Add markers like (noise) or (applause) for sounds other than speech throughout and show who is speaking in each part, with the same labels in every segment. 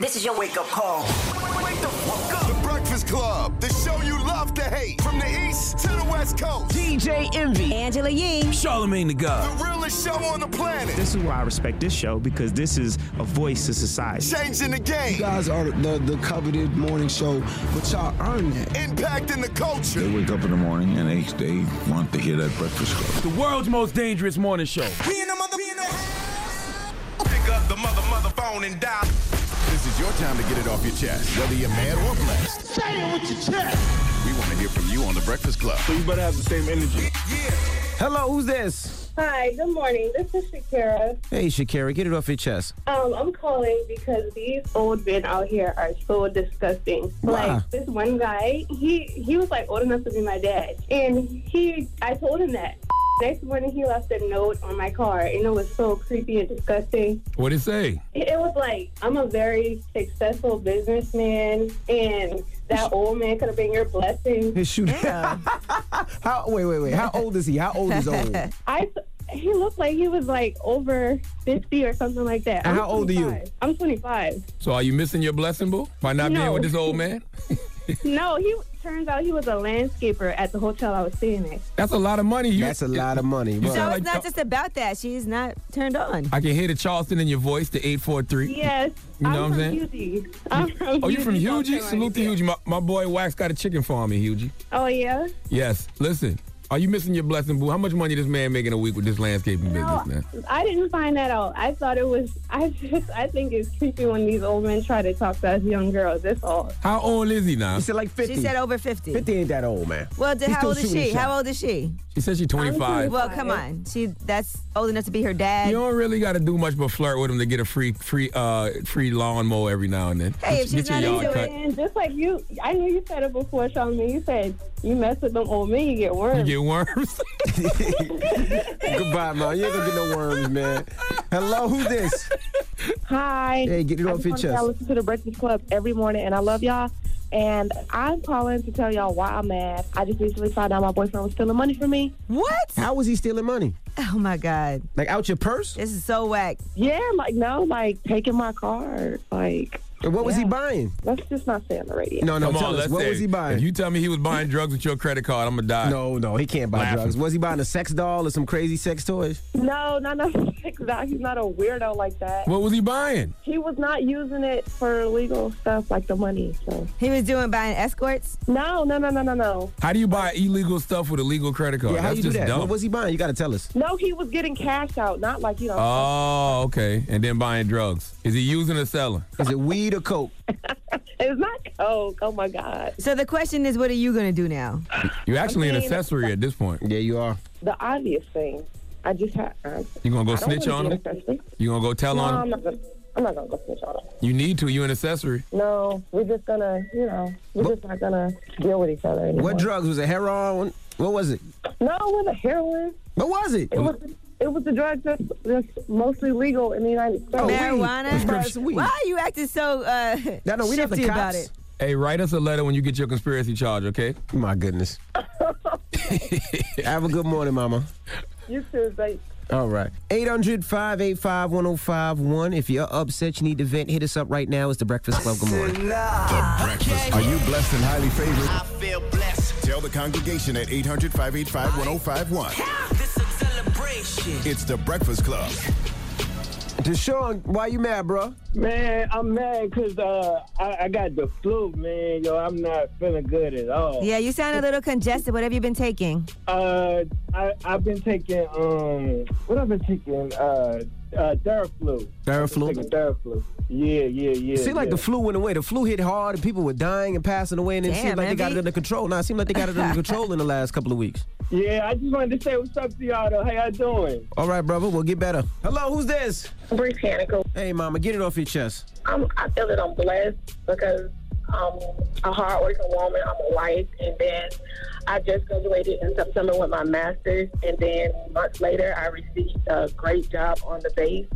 Speaker 1: This is your wake up call.
Speaker 2: Wake the fuck up. The Breakfast Club, the show you love to hate. From the east to the west coast.
Speaker 3: DJ Envy.
Speaker 4: Angela Yee.
Speaker 5: Charlemagne the God.
Speaker 2: The realest show on the planet.
Speaker 6: This is why I respect this show because this is a voice to society.
Speaker 2: Changing the game.
Speaker 7: guys are the, the coveted morning show, but y'all earned that.
Speaker 2: Impacting the
Speaker 8: They
Speaker 2: culture.
Speaker 8: wake up in the morning and they, they want to hear that breakfast club.
Speaker 5: The world's most dangerous morning show.
Speaker 2: We in the mother. Pick up the mother mother phone and dial. This is your time to get it off your chest, whether you're mad or blessed. Say it with your chest. We want to hear from you on the Breakfast Club.
Speaker 9: You better have the same energy.
Speaker 3: Hello, who's this?
Speaker 10: Hi, good morning. This is Shakira.
Speaker 3: Hey, Shakira, get it off your chest.
Speaker 10: Um, I'm calling because these old men out here are so disgusting.
Speaker 3: Why?
Speaker 10: Like this one guy, he he was like old enough to be my dad, and he I told him that. Next morning, he left a note on my car, and it was so creepy and disgusting.
Speaker 5: What'd it say?
Speaker 10: It, it was like I'm a very successful businessman, and that old man could have been your blessing. (laughs)
Speaker 6: His shoe. (laughs) How? Wait, wait, wait. How old is he? How old is old? (laughs) And
Speaker 10: (laughs) I he looked like he was like over fifty or something like that.
Speaker 6: And
Speaker 10: I'm
Speaker 6: how old are you?
Speaker 10: 25.
Speaker 6: (laughs)
Speaker 10: I'm 25
Speaker 5: So are you missing your blessing, boo? By not being
Speaker 10: No.
Speaker 5: with this old man?
Speaker 10: No, he turns out he was a landscaper at the hotel I was staying at.
Speaker 5: That's a lot of money. You,
Speaker 6: That's a lot of money.
Speaker 5: You
Speaker 6: bruh.
Speaker 4: No,
Speaker 5: sound
Speaker 4: it's
Speaker 5: like-
Speaker 4: not just about that. She's not turned on.
Speaker 5: I can hear the Charleston in your voice, the 843.
Speaker 10: Yes.
Speaker 5: You know
Speaker 10: I'm
Speaker 5: what I'm
Speaker 10: from Hugie. I'm
Speaker 5: (laughs)
Speaker 10: from
Speaker 5: Oh, you from
Speaker 10: South
Speaker 5: Hugie?
Speaker 10: Carolina.
Speaker 5: Salute to Hugie. My, my boy Wax got a chicken farm in Hugie.
Speaker 10: Oh, yeah?
Speaker 5: Yes. Listen, are you missing your blessing, boo? How much money this man making a week with this landscaping
Speaker 10: No,
Speaker 5: business, man?
Speaker 10: I didn't find that out. I thought it was, I (laughs) just, I think it's creepy when these old men try to talk to us young girls. That's all.
Speaker 5: How old is he now?
Speaker 6: He said like 50.
Speaker 4: She said over 50.
Speaker 6: 50 ain't that old, man.
Speaker 4: Well, d-
Speaker 6: He's
Speaker 4: how
Speaker 6: still
Speaker 4: old is
Speaker 6: shooting
Speaker 4: she?
Speaker 6: the shot.
Speaker 4: How old is she?
Speaker 5: She said she's 25.
Speaker 4: Well, come on. She that's old enough to be her dad.
Speaker 5: You don't really got to do much but flirt with him to get a free, free, uh, free lawnmower every now and then.
Speaker 4: Hey, if
Speaker 5: Get-
Speaker 4: she's
Speaker 5: get your
Speaker 4: not
Speaker 5: yard
Speaker 4: into
Speaker 5: cut.
Speaker 10: And just like you, I knew you said it before, Charlamagne. You said you mess with them old men, you get
Speaker 5: You
Speaker 10: worms.
Speaker 5: get worms.
Speaker 6: (laughs) Goodbye, man. You ain't gonna get no worms, man. Hello, who's this?
Speaker 10: Hi.
Speaker 6: Hey, get it
Speaker 10: I
Speaker 6: off
Speaker 10: just
Speaker 6: your
Speaker 10: wanna say I
Speaker 6: chest.
Speaker 10: listen to the Breakfast Club every morning, and I love y'all. And I'm calling to tell y'all why I'm mad. I just recently found out my boyfriend was stealing money from me.
Speaker 4: What?
Speaker 6: How was he stealing money?
Speaker 4: Oh my God.
Speaker 6: Like out your purse?
Speaker 4: This is so whack.
Speaker 10: Yeah, like no, like taking my card. Like
Speaker 6: And what was he buying?
Speaker 10: let's just not say on the radio.
Speaker 6: No, no,
Speaker 5: Come
Speaker 6: tell
Speaker 5: on,
Speaker 6: us.
Speaker 5: let's
Speaker 6: What
Speaker 5: say
Speaker 6: was he
Speaker 5: it.
Speaker 6: buying?
Speaker 5: If you tell me he was buying drugs with your credit card, I'm gonna die.
Speaker 6: no, no, he can't buy
Speaker 5: Laughing.
Speaker 6: drugs. Was he buying a sex doll or some crazy sex toys?
Speaker 10: No, (laughs) not no sex doll. He's not a weirdo like that.
Speaker 5: What was he buying?
Speaker 10: He was not using it for legal stuff like the money. So
Speaker 4: He was doing buying escorts.
Speaker 10: no, no, no, no, no, no.
Speaker 5: How do you buy illegal stuff with a legal credit card?
Speaker 6: yeah, how
Speaker 5: That's
Speaker 6: you do
Speaker 5: just
Speaker 6: that?
Speaker 5: dumb.
Speaker 6: What was he buying? You gotta tell us.
Speaker 10: No, he was getting cash out, not like you know.
Speaker 5: oh, okay. And then buying drugs. Is he using or selling?
Speaker 6: Is it weed or coke?
Speaker 10: it's not coke. Oh my god.
Speaker 4: So the question is, what are you gonna do now?
Speaker 5: You're actually an
Speaker 10: mean-
Speaker 5: accessory at this point.
Speaker 6: Yeah, you are.
Speaker 10: The obvious thing. I just had. I
Speaker 5: You gonna go
Speaker 10: I don't
Speaker 5: snitch on
Speaker 10: wanna
Speaker 5: him?
Speaker 10: be an accessory. Um,
Speaker 5: You gonna go tell
Speaker 10: No,
Speaker 5: on
Speaker 10: I'm
Speaker 5: him?
Speaker 10: not gonna. I'm not gonna go snitch on him.
Speaker 5: You need to. You an accessory.
Speaker 10: No, we're just gonna, you know, we're just not gonna deal with each other anymore.
Speaker 6: What drugs was it? Heroin? What was it?
Speaker 10: No, it wasn't heroin.
Speaker 6: What was it?
Speaker 10: It was it was a drug that's, that's mostly legal in the United States.
Speaker 6: Oh, weed.
Speaker 4: Marijuana.
Speaker 6: That's weed.
Speaker 4: Why are you acting so uh,
Speaker 6: No, no, we not the
Speaker 4: shifty about
Speaker 6: cops.
Speaker 4: it?
Speaker 5: Hey, write us a letter when you get your conspiracy charge, okay? (laughs)
Speaker 6: My goodness. Have a good morning, mama.
Speaker 10: You too, like
Speaker 6: All right. 800 585 1051. If you're upset, you need to vent, hit us up right now. It's the Breakfast Club. Good morning.
Speaker 2: Are you blessed and highly favored?
Speaker 1: I feel blessed.
Speaker 2: Tell the congregation at 800 585 1051.
Speaker 1: This a celebration.
Speaker 2: It's the Breakfast Club.
Speaker 6: Deshaun, why you mad, bro?
Speaker 9: Man, I'm mad because uh, I, I got the flu, man. Yo, I'm not feeling good at all.
Speaker 4: Yeah, you sound a little congested. What have you been taking?
Speaker 9: Uh, I, I've been taking, um, what I've been taking? Uh, uh, Theraflu.
Speaker 6: Theraflu?
Speaker 9: Taking Theraflu. Yeah, yeah, yeah.
Speaker 6: It seemed like
Speaker 9: yeah.
Speaker 6: the flu went away. The flu hit hard and people were dying and passing away, and it
Speaker 4: Damn,
Speaker 6: seemed like they got
Speaker 4: Envy.
Speaker 6: it under control. Now it seemed like they got
Speaker 11: (laughs)
Speaker 6: it under control in the last couple of weeks.
Speaker 9: Yeah, I just wanted to say what's up to y'all, though. How y'all doing?
Speaker 6: All right, brother, we'll get better. Hello, who's this?
Speaker 10: Britannica.
Speaker 6: Hey, mama, get it off your chest.
Speaker 10: I'm, I feel that I'm blessed because I'm a hardworking woman. I'm a wife, and then I just graduated in September with my master's, and then months later I received a great job on the base.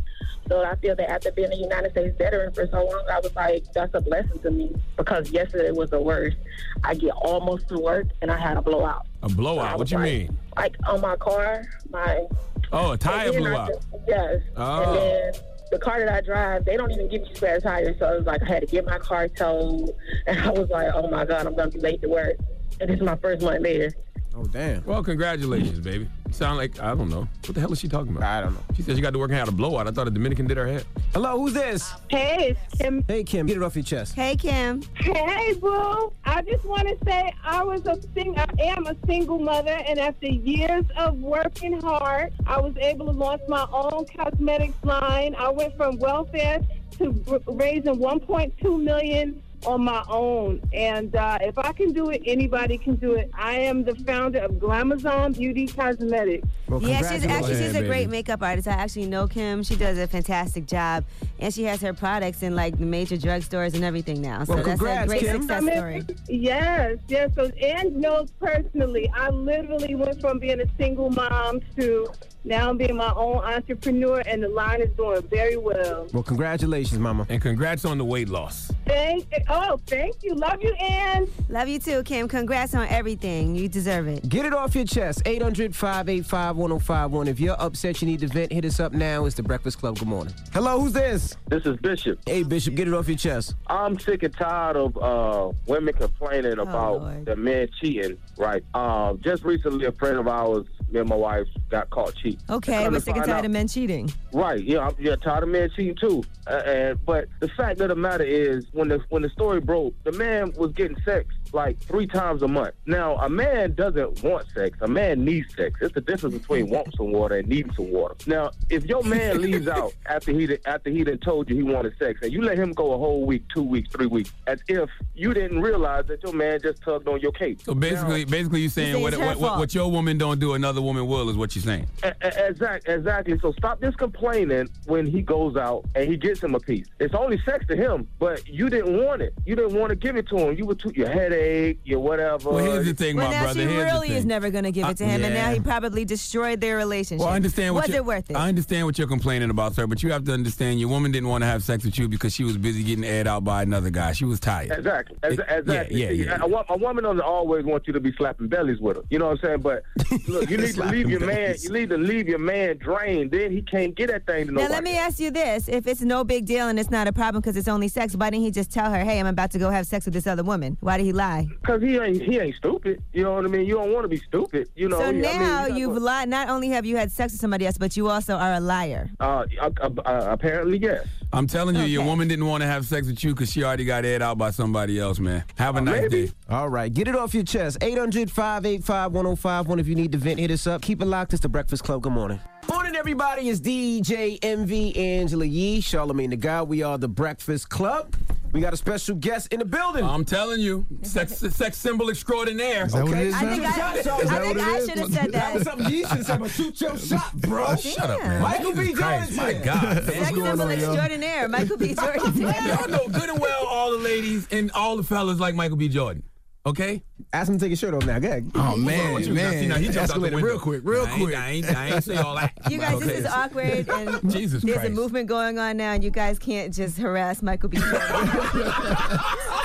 Speaker 10: So I feel that after being a United States veteran for so long, I was like, that's a blessing to me because yesterday was the worst. I get almost to work and I had a blowout.
Speaker 5: A
Speaker 10: So I
Speaker 5: blowout. What
Speaker 10: was
Speaker 5: you
Speaker 10: like-
Speaker 5: mean?
Speaker 10: Like on my car, my
Speaker 5: Oh, a tire
Speaker 10: and then
Speaker 5: blew
Speaker 10: I
Speaker 5: out.
Speaker 10: just- Yes.
Speaker 5: Oh.
Speaker 10: And then the car that I drive, they don't even give you spare tires. So it was like I had to get my car towed, (laughs) and I was like, oh my god, I'm gonna be late to work. And it's my first month there.
Speaker 5: Oh damn. Well, congratulations, baby. Sound like I don't know. What the hell is she talking about? I don't know. She said she got to work out a blowout. I thought a Dominican did her head.
Speaker 3: Hello, who's this?
Speaker 11: Hey, it's Kim.
Speaker 3: Hey, Kim, get it off your chest.
Speaker 4: Hey, Kim.
Speaker 11: Hey, boo. I just want to say I was a sing. I am a single mother, and after years of working hard, I was able to launch my own cosmetics line. I went from welfare to r- raising 1.2 million on my own. And uh, if I can do it, anybody can do it. I am the founder of Glamazon Beauty Cosmetics.
Speaker 4: yeah, she's actually she's a great makeup artist. I actually know Kim. She does a fantastic job, and she has her products in like the major drugstores and everything now. So
Speaker 11: Well,
Speaker 4: that's
Speaker 11: congrats,
Speaker 4: a great
Speaker 11: Kim.
Speaker 4: success story.
Speaker 11: Yes, yes. So Ann knows personally. I literally went from being a single mom to now being my own entrepreneur, and the line is doing very well.
Speaker 5: Well, congratulations, mama. And congrats on the weight loss.
Speaker 11: Thank. Oh, thank you. Love you, Ann.
Speaker 4: Love you too, Kim. Congrats on everything. You deserve it.
Speaker 6: Get it off your chest. 800 585 1051. If you're upset, you need to vent, hit us up now. It's the Breakfast Club. Good morning.
Speaker 3: Hello, who's this?
Speaker 12: This is Bishop.
Speaker 3: Hey, Bishop, get it off your chest.
Speaker 12: I'm sick and tired of uh, women complaining
Speaker 4: Oh,
Speaker 12: about the men cheating. Right. Um, just recently, a friend of ours, me and my wife, got caught cheating.
Speaker 4: Okay,
Speaker 12: Come
Speaker 4: we're
Speaker 12: to
Speaker 4: sick and
Speaker 12: find
Speaker 4: tired
Speaker 12: out-
Speaker 4: of men cheating.
Speaker 12: Right. Yeah, I'm yeah, tired of men cheating too. Uh, and but the fact of the matter is, when the when the story broke, the man was getting sex like three times a month. Now, a man doesn't want sex. A man needs sex. It's the difference between wanting some water and needing some water. Now, if your man leaves out after he done- after he done told you he wanted sex, and you let him go a whole week, two weeks, three weeks, as if you didn't realize that your man just tugged on your cape.
Speaker 5: So basically, basically, you're saying
Speaker 12: it's
Speaker 5: what,
Speaker 12: her
Speaker 5: what, what,
Speaker 12: fault.
Speaker 5: what your woman don't do, another woman will, is what you're saying.
Speaker 12: Exactly, E-, exactly. So stop this complaining when he goes out and he gets him a piece. It's only sex to him, but you didn't want it. You didn't want to give it to him. You were too your headache, your whatever.
Speaker 5: Well, here's the thing,
Speaker 4: well,
Speaker 5: my
Speaker 4: now
Speaker 5: brother.
Speaker 4: she
Speaker 5: here's the
Speaker 4: really
Speaker 5: thing. Uh,
Speaker 4: is never going to give it to him, and now
Speaker 5: yeah.
Speaker 4: he probably destroyed their relationship.
Speaker 5: Well, I understand. What
Speaker 4: Was
Speaker 5: you-
Speaker 4: it worth it?
Speaker 5: I understand what you're complaining about, sir. But you have to understand, your woman didn't want to have sex with you because she was busy getting aired out by another guy. She was tired.
Speaker 12: Exactly. Ex- exactly.
Speaker 5: yeah,
Speaker 12: See,
Speaker 5: yeah,
Speaker 12: A, wo- a woman doesn't always want you to be slapping bellies with her. You know what I'm saying?
Speaker 5: (laughs)
Speaker 12: But look, you need to leave your man. You need to leave your man drained. Then he can't get that thing to
Speaker 4: Now
Speaker 12: nobody.
Speaker 4: let me ask you this: If it's no big deal and it's not a problem because it's only sex, why didn't he just tell her, "Hey, I'm about to go have sex with this other woman"? Why did he lie?
Speaker 12: Cause he ain't he ain't stupid. You know what I mean? You don't want to be stupid. You know.
Speaker 4: so
Speaker 12: I mean,
Speaker 4: now
Speaker 12: you
Speaker 4: you've lied. Not only have you had sex with somebody else, but you also are a liar.
Speaker 12: Uh, apparently, yes.
Speaker 5: I'm telling you, your woman didn't want to have sex with you because she already got aired out by somebody else, man. Have a nice day.
Speaker 6: All right, get it off your chest. 800 585 1051. If you need to vent, hit us up. Keep it locked. It's the Breakfast Club. Good morning. Morning, everybody. It's DJ MV Angela Yee, Charlemagne the Guy. We are the Breakfast Club. We got a special guest in the building.
Speaker 5: I'm telling you, sex, sex symbol extraordinaire.
Speaker 6: Is that what it is, I man? think I-
Speaker 5: Is that
Speaker 6: I think
Speaker 5: what it
Speaker 6: I
Speaker 5: is?
Speaker 6: should've said that.
Speaker 5: was something you should've said, but shoot your shot, bro. Shut up, man.
Speaker 6: Michael B.
Speaker 5: Jesus Christ,
Speaker 6: Jordan's
Speaker 5: My
Speaker 6: here.
Speaker 5: God.
Speaker 6: Sex symbol
Speaker 4: extraordinaire, Michael B. Jordan's here.
Speaker 5: Y'all know good and well all the ladies and all the fellas like Michael B. Jordan. Okay?
Speaker 13: Oh,
Speaker 6: Ask him to take his shirt off now. Go ahead.
Speaker 5: Oh, man, man.
Speaker 6: See, now he jumped out the
Speaker 5: Escalated
Speaker 6: window.
Speaker 5: real quick, real
Speaker 6: I ain't-
Speaker 5: quick.
Speaker 6: I ain't- I ain't say all that.
Speaker 4: You guys, this is awkward,
Speaker 13: (laughs)
Speaker 4: and
Speaker 5: Jesus
Speaker 4: there's
Speaker 5: Christ.
Speaker 4: a movement going on now, and you guys can't just harass Michael B. Jordan.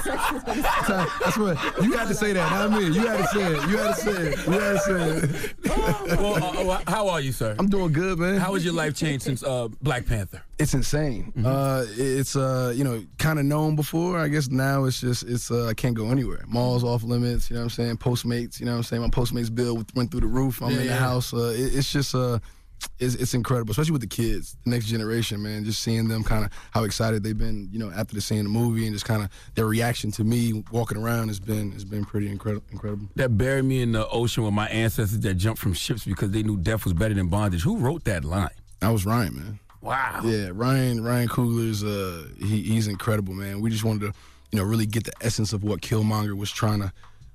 Speaker 13: So, that's what you had to say that. Not me. You had to say it. You had to say it. You had to say it.
Speaker 5: well, uh, uh, how are you, sir?
Speaker 13: I'm doing good, man.
Speaker 5: How has your life changed since uh, Black Panther?
Speaker 13: It's insane.
Speaker 5: Mm-hmm.
Speaker 13: Uh, it's uh, you know, kind of known before. I guess now it's just it's uh, I can't go anywhere. Malls off limits. You know what I'm saying? Postmates. You know what I'm saying? My Postmates bill went through the roof. I'm
Speaker 5: Yeah,
Speaker 13: in the
Speaker 5: yeah.
Speaker 13: house. Uh, it, it's just uh, it's, it's incredible, especially with the kids, the next generation, man. Just seeing them kind of how excited they've been. You know, after the seeing the movie and just kind of their reaction to me walking around has been has been pretty incredible. Incredible.
Speaker 5: That buried me in the ocean with my ancestors that jumped from ships because they knew death was better than bondage. Who wrote that line?
Speaker 13: I was Ryan, man.
Speaker 5: Wow.
Speaker 13: Yeah, Ryan Ryan Coogler's uh he, he's incredible, man. We just wanted to, you know, really get the essence of what Killmonger was trying to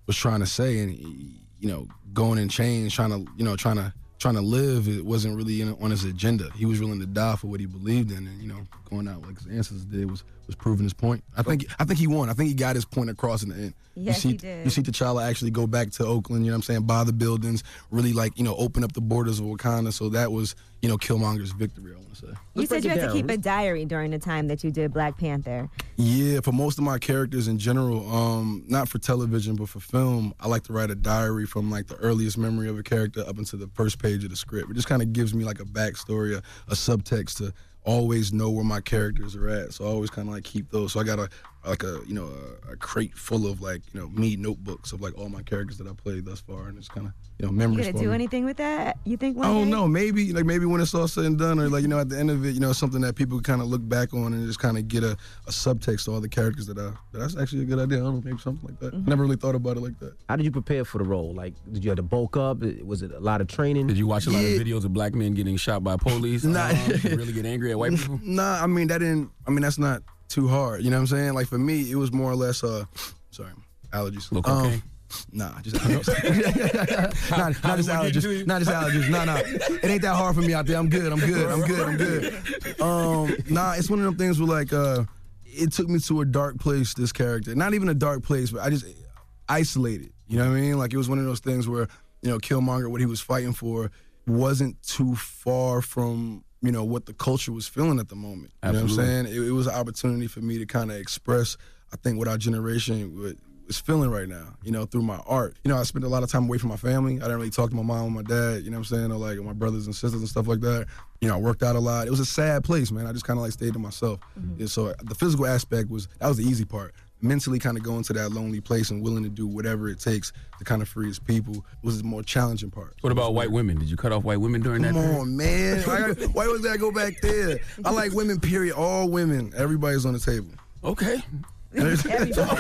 Speaker 13: was trying to say and you know, going in chains, trying to, you know, trying to trying to live, it wasn't really in, on his agenda. He was willing to die for what he believed in and, you know, going out like his ancestors did was was proving his point. I think I think he won. I think he got his point across in the end.
Speaker 14: Yes,
Speaker 13: you see,
Speaker 14: he did.
Speaker 13: You see T'Challa actually go back to Oakland, you know what I'm saying, buy the buildings, really like, you know, open up the borders of Wakanda. So that was, you know, Killmonger's victory, I want to say.
Speaker 4: you said you had to keep a diary during the time that you did Black Panther.
Speaker 13: Yeah, for most of my characters in general, um, not for television but for film, I like to write a diary from like the earliest memory of a character up into the first page of the script. It just kind of gives me like a backstory, a, a subtext to always know where my characters are at. So I always kind of like keep those. So I got a like a you know a, a crate full of like you know me notebooks of like all my characters that I played thus far, and it's kind of you know
Speaker 4: You
Speaker 13: memories.
Speaker 4: gonna
Speaker 13: for
Speaker 4: do
Speaker 13: me.
Speaker 4: anything with that? You think
Speaker 13: I
Speaker 4: one
Speaker 13: don't
Speaker 4: day?
Speaker 13: know. Oh, Maybe like maybe when it's all said and done, or like you know at the end of it, you know something that people kind of look back on and just kind of get a, a subtext to all the characters that I. That's actually a good idea. I don't know, maybe something like that. I never really thought about it like that.
Speaker 6: How did you prepare for the role? Like, did you have to bulk up? Was it a lot of training? Did
Speaker 5: you watch a lot of videos of black men getting shot by police?
Speaker 13: Nah.
Speaker 5: um, to really get angry at white people?
Speaker 13: (laughs) Nah, I mean that didn't. I mean that's not too hard. You know what I'm saying? Like for me, it was more or less. Uh, sorry, allergies.
Speaker 5: Look,
Speaker 13: Um,
Speaker 5: okay.
Speaker 13: Nah,
Speaker 6: (laughs)
Speaker 14: (laughs)
Speaker 13: just allergies. not, not just allergies. Not just allergies. Nah, nah. It ain't that hard for me out there. I'm good. I'm good. I'm good. I'm good. Um, nah, it's one of them things where like uh, it took me to a dark place. This character, not even a dark place, but I just isolated. You know what I mean? Like it was one of those things where you know Killmonger, what he was fighting for, wasn't too far from you know what the culture was feeling at the moment. You know what I'm
Speaker 5: Absolutely.
Speaker 13: saying? It, it was an opportunity for me to kind of express, I think, what our generation would, is feeling right now. You know, through my art. You know, I spent a lot of time away from my family. I didn't really talk to my mom and my dad. You know what I'm saying? Or like my brothers and sisters and stuff like that. You know, I worked out a lot. It was a sad place, man. I just kind of like stayed to myself. And so uh, the physical aspect was that was the easy part. Mentally, kind of going to that lonely place and willing to do whatever it takes to kind of free his people was the more challenging part.
Speaker 5: What about white women? Did you cut off white women during
Speaker 13: Come
Speaker 5: that? period?
Speaker 13: on, man. Why, why was that go back there? I like women, period. All women. Everybody's on the table.
Speaker 5: Okay.
Speaker 13: (laughs) Everybody's on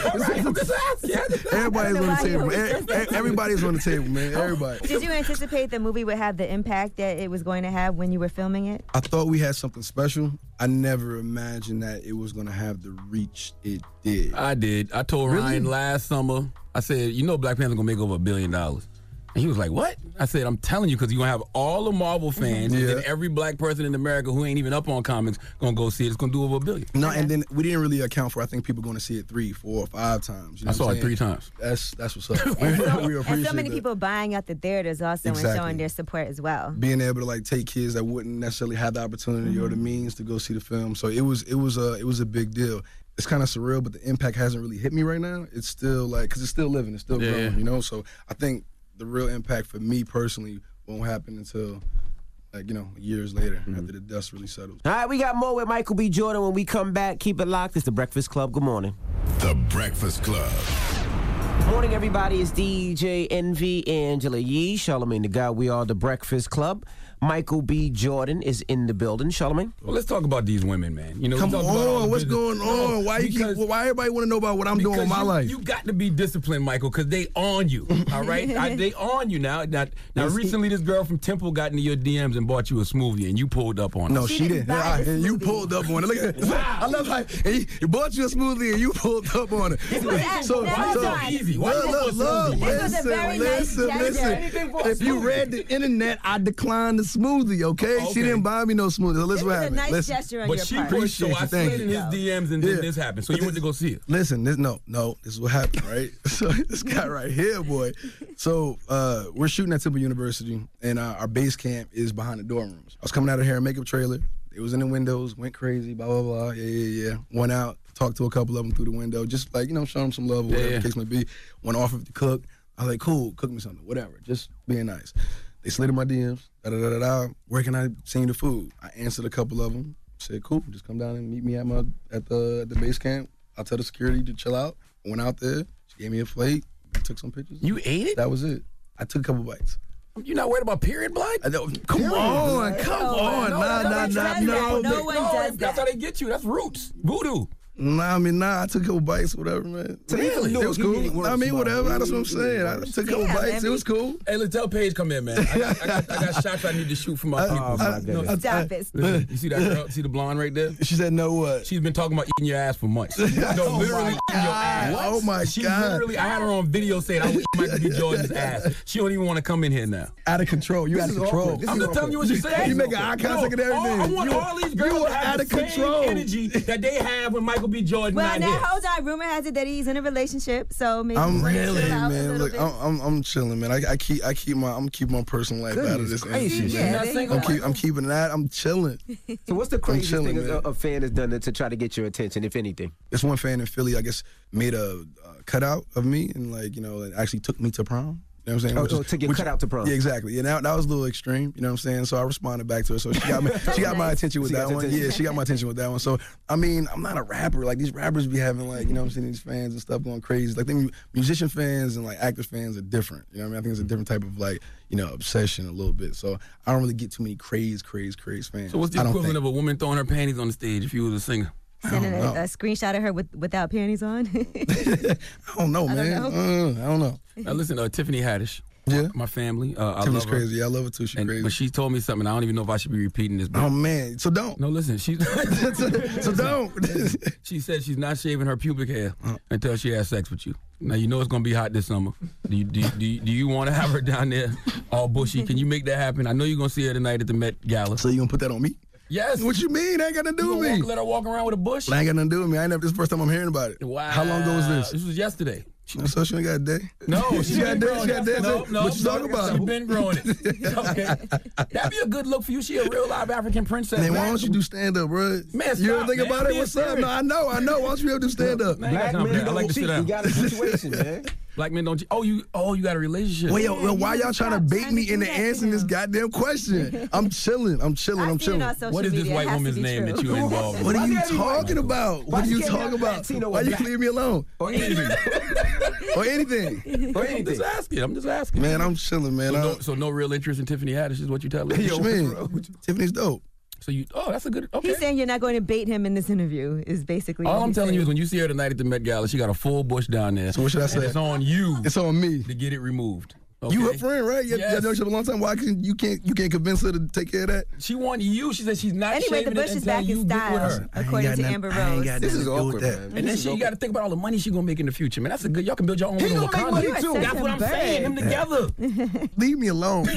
Speaker 13: the
Speaker 4: why you
Speaker 13: table.
Speaker 4: was
Speaker 13: E-
Speaker 4: just
Speaker 13: e- Everybody's on the table, man. Everybody.
Speaker 4: Did you anticipate the movie would have the impact that it was going to have when you were filming it?
Speaker 13: I thought we had something special. I never imagined that it was gonna have the reach it did.
Speaker 5: I did. I told
Speaker 13: Really?
Speaker 5: Ryan last summer. I said, you know, Black Panther gonna make over a billion dollars. And he was like, what? I said, I'm telling you, because you're gonna have all the Marvel
Speaker 13: Mm-hmm.
Speaker 5: fans, and then every black person in America who ain't even up on comics gonna go see it. It's gonna do over a billion.
Speaker 13: No, and then we didn't really account for. I think people going to see it three, four, five times. You know
Speaker 5: I
Speaker 13: what
Speaker 5: saw
Speaker 13: I'm
Speaker 5: it
Speaker 13: saying?
Speaker 5: three times.
Speaker 13: That's that's what's
Speaker 5: (laughs)
Speaker 13: up. we, we appreciate
Speaker 4: and so many
Speaker 13: that.
Speaker 4: people buying out the theaters also and
Speaker 13: Exactly.
Speaker 4: showing their support as well.
Speaker 13: being able to like take kids that wouldn't necessarily have the opportunity or the
Speaker 5: Mm-hmm.
Speaker 13: means to go see the film. So it was it was a it was a big deal. It's kind of surreal, but the impact hasn't really hit me right now. It's still like because it's still living, it's still
Speaker 5: Yeah,
Speaker 13: growing,
Speaker 5: yeah.
Speaker 13: you know. So I think the real impact for me personally won't happen until like you know years later
Speaker 5: Mm-hmm.
Speaker 13: after the dust really settles.
Speaker 6: All right, we got more with Michael B. Jordan when we come back. Keep it locked. It's the Breakfast Club. Good morning.
Speaker 2: The Breakfast Club.
Speaker 6: Morning, everybody. It's DJ NV, Angela Yee, Charlemagne the Guy. We are the Breakfast Club. Michael B. Jordan is in the building. Charlemagne.
Speaker 5: Well, let's talk about these women, man. You know,
Speaker 13: Come
Speaker 5: we talk about all the
Speaker 13: on, what's
Speaker 5: business-
Speaker 13: going
Speaker 5: No,
Speaker 13: on? Why you
Speaker 5: because-
Speaker 13: keep, why everybody want to know about what I'm doing
Speaker 5: Because
Speaker 13: in my
Speaker 5: you,
Speaker 13: life?
Speaker 5: You got to be disciplined, Michael, because they on
Speaker 13: (laughs)
Speaker 5: you. All right, I, they on you now. Now, now recently, this girl from Temple got into your DMs and bought you a smoothie, and you pulled up on.
Speaker 13: No,
Speaker 5: her.
Speaker 13: she, didn't. I- and you pulled up on it. Look
Speaker 5: (laughs)
Speaker 13: at that. (laughs) I love how he, he bought you a smoothie and you pulled up on it.
Speaker 5: that- that was not easy. Why
Speaker 13: look,
Speaker 5: you
Speaker 13: look,
Speaker 5: pull
Speaker 13: look,
Speaker 5: a smoothie? This was a
Speaker 13: listen,
Speaker 5: very nice
Speaker 13: listen,
Speaker 5: gesture.
Speaker 13: listen.
Speaker 5: Anything for a
Speaker 13: If you
Speaker 5: smoothie.
Speaker 13: read the internet, I declined the smoothie. Okay,
Speaker 5: Oh,
Speaker 13: she
Speaker 5: okay.
Speaker 13: didn't buy me no smoothie. So listen what happened. listen.
Speaker 5: but she pushed, so I slid in his DMs, and then this happened. So you went to go see it.
Speaker 13: Listen, this no, no, this is what happened, right? (laughs) so this guy right here, boy. So uh, we're shooting at Temple University, and uh, our base camp is behind the dorm rooms. I was coming out of hair and makeup trailer. It was in the windows, went crazy, blah blah blah. Yeah, yeah, yeah. Went out, talked to a couple of them through the window, just like you know, showing them some love or
Speaker 5: Yeah,
Speaker 13: whatever
Speaker 5: yeah.
Speaker 13: the case may be. Went off of the cook. I was like, cool, cook me something, whatever, just being nice. They slid in my DMs, da da da da. da. Where can I send you the food? I answered a couple of them. Said, cool, just come down and meet me at my at the at the base camp. I tell the security to chill out. Went out there. She gave me a plate. I took some pictures.
Speaker 5: You ate it?
Speaker 13: That was it. I took a couple bites.
Speaker 5: You're not worried about period blood?
Speaker 13: Come on,
Speaker 5: blood.
Speaker 13: come
Speaker 5: No,
Speaker 13: on,
Speaker 5: no,
Speaker 13: nah, nah,
Speaker 5: nobody
Speaker 13: nah,
Speaker 5: does that.
Speaker 13: no.
Speaker 5: No one does that. That's how they get you. That's roots, voodoo.
Speaker 13: Nah, I mean, nah. I took a couple bites, whatever, man.
Speaker 5: Really?
Speaker 13: It was cool. I mean, whatever. That's what I'm saying. I took a couple bites. It was cool.
Speaker 5: Hey, let's tell Paige come in, man. I got, I got, I
Speaker 13: (laughs)
Speaker 5: got shots I need to shoot for
Speaker 13: Uh,
Speaker 5: my people.
Speaker 13: I-
Speaker 5: No,
Speaker 13: I- Stop I- it.
Speaker 5: Listen, you see that girl? See the blonde right there?
Speaker 13: uh, She said no what?
Speaker 5: She's been talking about eating your ass for
Speaker 13: (laughs)
Speaker 5: months. No,
Speaker 13: Oh
Speaker 5: literally
Speaker 13: my
Speaker 5: eating your ass.
Speaker 13: God. Oh my
Speaker 5: she
Speaker 13: God.
Speaker 5: literally, I had her on video saying I would eat
Speaker 13: (laughs)
Speaker 5: Michael B. Jordan's ass. She don't even want to come in here now.
Speaker 13: Out of control. You
Speaker 5: This
Speaker 13: out of
Speaker 5: is
Speaker 13: control.
Speaker 5: awkward. This I'm is just telling you what you
Speaker 13: awkward.
Speaker 5: said.
Speaker 13: You making eye contact and
Speaker 5: No, all-
Speaker 13: everything.
Speaker 5: I want
Speaker 13: You-
Speaker 5: all these
Speaker 13: you
Speaker 5: girls
Speaker 13: are
Speaker 5: to have
Speaker 13: out
Speaker 5: the
Speaker 13: of
Speaker 5: same
Speaker 13: control.
Speaker 5: energy that they have when Michael B. Jordan
Speaker 4: Well,
Speaker 5: not
Speaker 4: now
Speaker 5: here.
Speaker 4: hold on. Rumor has it that he's in a relationship, so maybe
Speaker 13: I'm
Speaker 4: let's
Speaker 13: really,
Speaker 4: chill out a
Speaker 13: man.
Speaker 4: little
Speaker 13: Look,
Speaker 4: bit.
Speaker 13: I'm, I'm, I'm chilling, man. I, I keep, I keep my, I'm keep my personal life out of
Speaker 6: Goodness
Speaker 13: this.
Speaker 6: gracious,
Speaker 13: energy,
Speaker 6: Yeah,
Speaker 13: man.
Speaker 6: there you
Speaker 13: I'm,
Speaker 6: go.
Speaker 13: keep, I'm keeping that. I'm chilling.
Speaker 6: So, what's the craziest
Speaker 13: chilling,
Speaker 6: thing a,
Speaker 13: man.
Speaker 6: a fan has done to- to try to get your attention, if anything?
Speaker 13: This one fan in Philly, I guess, made a uh, cutout of me and like, you know, and actually took me to prom. You know what I'm saying?
Speaker 6: Oh,
Speaker 13: Which
Speaker 6: oh, to get
Speaker 13: which-
Speaker 6: cut out to prom.
Speaker 13: Yeah, exactly. And that, that was a little extreme. You know what I'm saying? So I responded back to her. So she got my,
Speaker 5: (laughs)
Speaker 13: she got my attention with
Speaker 6: She
Speaker 13: that
Speaker 6: got
Speaker 13: one.
Speaker 6: attention.
Speaker 13: Yeah, she got my attention with that one. So I mean, I'm not a rapper. Like these rappers be having like you know what I'm saying these fans and stuff going crazy. Like the musician fans and like actor fans are different. You know what I mean? I think it's a different type of like you know obsession a little bit. So I don't really get too many craze, craze, craze fans.
Speaker 5: So what's the
Speaker 13: I don't
Speaker 5: equivalent
Speaker 13: think.
Speaker 5: of a woman throwing her panties on the stage if you was a singer?
Speaker 4: Sending a,
Speaker 13: know.
Speaker 4: a screenshot of her with without panties on.
Speaker 13: I don't know,
Speaker 4: I don't
Speaker 13: man.
Speaker 4: know.
Speaker 13: Uh, I don't know.
Speaker 5: Now listen, uh, Tiffany Haddish. Yeah, my family. Uh, I love
Speaker 13: Tiffany's
Speaker 5: her.
Speaker 13: crazy. I love her too. She's
Speaker 5: And-
Speaker 13: crazy.
Speaker 5: But she told me something. I don't even know if I should be repeating this.
Speaker 13: Oh man, so don't.
Speaker 5: No, listen. She
Speaker 13: (laughs) so don't.
Speaker 5: (laughs) she said she's not shaving her pubic hair
Speaker 13: Uh-huh.
Speaker 5: until she has sex with you. Now you know it's gonna be hot this summer. Do you do you, do you, do you want to have her down there all bushy? Can you make that happen? I know you're gonna see her tonight at the Met Gala. So
Speaker 13: you gonna put that on me?
Speaker 5: Yes.
Speaker 13: What you mean? I ain't got nothing to do
Speaker 5: You
Speaker 13: with
Speaker 5: gonna
Speaker 13: me.
Speaker 5: walk- let her walk around with a bush?
Speaker 13: That ain't got nothing to do with me. I ain't never. This is the first time I'm hearing about it.
Speaker 5: Wow.
Speaker 13: How long ago was this?
Speaker 5: This was yesterday.
Speaker 13: So she ain't got a day. (laughs)
Speaker 5: No,
Speaker 13: she got a day. She got a day.
Speaker 5: No, no,
Speaker 13: what you talking about?
Speaker 5: She's been growing it. Okay. That'd be a good look for you. She a real live African princess.
Speaker 13: Man, why don't you do stand up, bro?
Speaker 5: Man,
Speaker 13: you ever
Speaker 5: stop,
Speaker 13: think
Speaker 5: man.
Speaker 13: about
Speaker 5: I'm
Speaker 13: it?
Speaker 5: being
Speaker 13: What's up?
Speaker 5: serious.
Speaker 13: No, I know, I know. Why don't you ever do stand up?
Speaker 5: Black men don't
Speaker 13: like to
Speaker 5: cheat.
Speaker 13: sit down.
Speaker 5: You (laughs) got a situation, man. Black men don't cheat. Oh, you oh you got a relationship.
Speaker 13: Well, yo, well, why y'all trying to bait me into answering this goddamn question? I'm chilling. I'm chilling. I'm
Speaker 5: seen it
Speaker 13: chilling.
Speaker 5: on social What is this media. It white has to woman's be name true. that you involved in?
Speaker 13: What
Speaker 5: Why
Speaker 13: are you
Speaker 5: can't it be white?
Speaker 13: talking about?
Speaker 5: Why
Speaker 13: What are you
Speaker 5: can't it be
Speaker 13: talking about?
Speaker 5: Latino or
Speaker 13: Why you
Speaker 5: black?
Speaker 13: leave me alone?
Speaker 5: Or anything. (laughs)
Speaker 13: Or anything.
Speaker 5: Or anything. I'm just asking. I'm just asking.
Speaker 13: Man, I'm chilling, man.
Speaker 5: So,
Speaker 13: I-
Speaker 5: no, so no real interest in Tiffany Haddish is what you telling me. (laughs)
Speaker 13: Yo, What you mean? Tiffany's dope.
Speaker 5: So you oh that's a good
Speaker 4: (laughs)
Speaker 5: okay.
Speaker 4: He's saying you're not going to bait him in this interview. Is basically
Speaker 5: All
Speaker 4: what
Speaker 5: I'm
Speaker 4: he's
Speaker 5: telling
Speaker 4: saying.
Speaker 5: you is when you see her tonight at the Met Gala, she got a full bush down there. So
Speaker 13: what should I say?
Speaker 5: It's on you.
Speaker 13: It's on me
Speaker 5: to get it removed.
Speaker 13: You
Speaker 5: okay?
Speaker 13: her friend, right? You,
Speaker 5: Yes.
Speaker 13: y'all know each other a long time. Why can you can't you can't convince her to take care of that?
Speaker 5: She wanted you. She said she's not.
Speaker 4: Anyway, the
Speaker 5: shaving it
Speaker 4: bush is
Speaker 5: until
Speaker 4: back in
Speaker 5: you get
Speaker 4: style,
Speaker 5: with her.
Speaker 4: I ain't according got to nothing- Amber I ain't Rose. got
Speaker 5: This
Speaker 4: nothing
Speaker 5: is
Speaker 4: to do
Speaker 5: awkward,
Speaker 4: with
Speaker 5: man.
Speaker 4: that.
Speaker 5: And then she, you got to think about all the money she gonna make in the future, man. That's a good. Y'all can build your own.
Speaker 13: He
Speaker 5: little
Speaker 13: gonna make money
Speaker 5: Wakanda.
Speaker 13: too.
Speaker 5: That's what I'm saying. Them together.
Speaker 13: Leave me alone.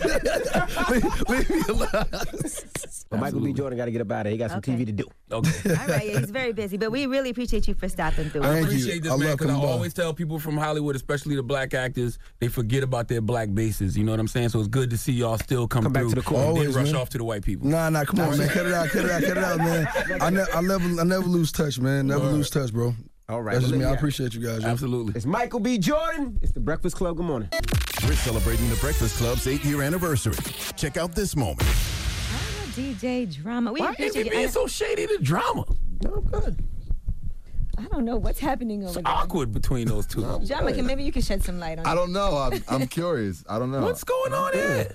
Speaker 13: leave, (laughs) leave me alone.
Speaker 6: But Michael B. Jordan got to get up out of here. He got some TV to do.
Speaker 5: (laughs) Okay.
Speaker 4: All right, yeah, he's very busy, but we really appreciate you for stopping through.
Speaker 5: I appreciate this,
Speaker 13: I
Speaker 5: man,
Speaker 13: love
Speaker 5: because I
Speaker 13: Kambar.
Speaker 5: always tell people from Hollywood, especially the black actors, they forget about their black bases. You know what I'm saying? So it's good to see y'all still come,
Speaker 13: Come back
Speaker 5: through
Speaker 13: to the core.
Speaker 5: and then
Speaker 13: Always,
Speaker 5: rush
Speaker 13: man.
Speaker 5: off to the white people.
Speaker 13: Nah, nah, come on, man. Cut it out, cut it out, cut it
Speaker 5: (laughs)
Speaker 13: out, man. I, ne- I never, I never lose touch, man. Never
Speaker 6: Word.
Speaker 13: lose touch, bro.
Speaker 6: All right.
Speaker 13: That's just
Speaker 6: well,
Speaker 13: me.
Speaker 6: let
Speaker 13: I
Speaker 6: me-
Speaker 13: appreciate you guys. yo.
Speaker 5: Absolutely.
Speaker 6: It's Michael B. Jordan. It's the Breakfast Club. Good morning.
Speaker 2: We're celebrating the Breakfast Club's eight year anniversary. Check out this moment.
Speaker 4: DJ drama. We
Speaker 5: Why is
Speaker 4: appreciate
Speaker 5: it
Speaker 4: you.
Speaker 5: being
Speaker 4: I,
Speaker 5: so shady to drama?
Speaker 4: I don't know what's happening over
Speaker 5: It's
Speaker 4: there.
Speaker 5: awkward between those two.
Speaker 4: Drama, can, maybe you can shed some light on.
Speaker 14: I
Speaker 4: it.
Speaker 14: don't know. I'm, I'm curious. I don't know.
Speaker 5: What's going on here?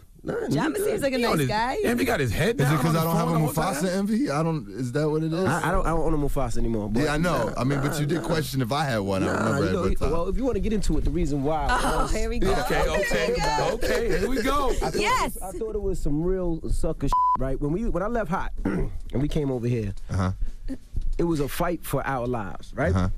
Speaker 4: Jama seems like a
Speaker 5: He on
Speaker 4: nice
Speaker 5: his-
Speaker 4: guy.
Speaker 5: Envy got his head
Speaker 14: Is
Speaker 5: down
Speaker 14: it because
Speaker 5: on
Speaker 14: I
Speaker 5: the
Speaker 14: don't have a
Speaker 5: phone the whole
Speaker 14: Mufasa envy? I don't. Is that what it is?
Speaker 6: I, I don't. I don't own a Mufasa anymore. But
Speaker 14: yeah, I know.
Speaker 6: Nah,
Speaker 14: I mean,
Speaker 6: nah,
Speaker 14: but you did
Speaker 6: nah.
Speaker 14: question if I had one. I
Speaker 6: Nah, you
Speaker 14: remember
Speaker 6: know,
Speaker 14: at
Speaker 6: you-
Speaker 14: one time.
Speaker 6: well, if you want to get into it, the reason why.
Speaker 4: Oh, here we go.
Speaker 5: Okay, okay, okay. Here we go.
Speaker 6: I thought
Speaker 4: (laughs)
Speaker 6: it
Speaker 4: Yes.
Speaker 6: was- I thought it was some real sucker shit, right? When we when I left hot (clears throat) and we came over here,
Speaker 14: Uh-huh.
Speaker 6: it was a fight for our lives, right?
Speaker 14: Uh-huh.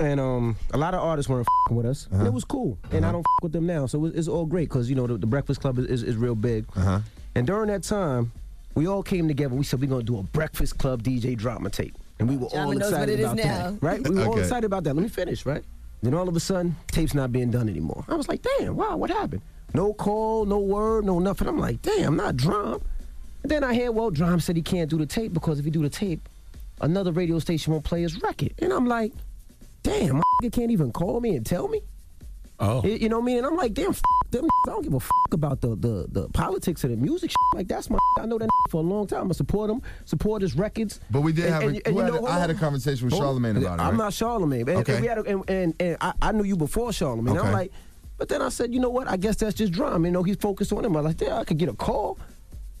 Speaker 6: And um, a lot of artists weren't fing with us.
Speaker 14: Uh-huh.
Speaker 6: And it was cool, and I don't f- with them now, so it's, it's all great because you know the, the Breakfast Club is, is, is real big. Uh-huh. And during that time, we all came together. We said we're gonna do a Breakfast Club DJ drama tape, and we were
Speaker 4: Drama
Speaker 6: all
Speaker 4: knows what
Speaker 6: excited
Speaker 4: it is
Speaker 6: about
Speaker 4: now.
Speaker 6: that, right? We were all
Speaker 14: Okay.
Speaker 6: excited about that. Let me finish, right? Then all of a sudden, tape's not being done anymore. I was like, damn, wow, what happened? No call, no word, no nothing. I'm like, damn, not Drum. And then I hear, well, Drum said he can't do the tape because if he do the tape, another radio station won't play his record. And I'm like, damn, my nigga can't even call me and tell me.
Speaker 5: Oh.
Speaker 6: You you know what I mean? And I'm like, damn, f- them. I don't give a f- about the the the politics of the music. Like that's my. I know that for a long time. I support him, support his records.
Speaker 14: But we did
Speaker 6: And-
Speaker 14: have.
Speaker 6: and- and
Speaker 14: a, who
Speaker 6: you
Speaker 14: had
Speaker 6: know,
Speaker 14: a-
Speaker 6: hold
Speaker 14: I had a
Speaker 6: on.
Speaker 14: conversation with
Speaker 6: Hold on.
Speaker 14: Charlemagne about it.
Speaker 6: I'm
Speaker 14: right?
Speaker 6: not Charlemagne. And,
Speaker 14: Okay.
Speaker 6: and, we had a, and, and, and I, I knew you before Charlemagne. I'm
Speaker 14: Okay.
Speaker 6: like, but then I said, you know what? I guess that's just drama. You know, he's focused on him. I was like, yeah, I could get a call.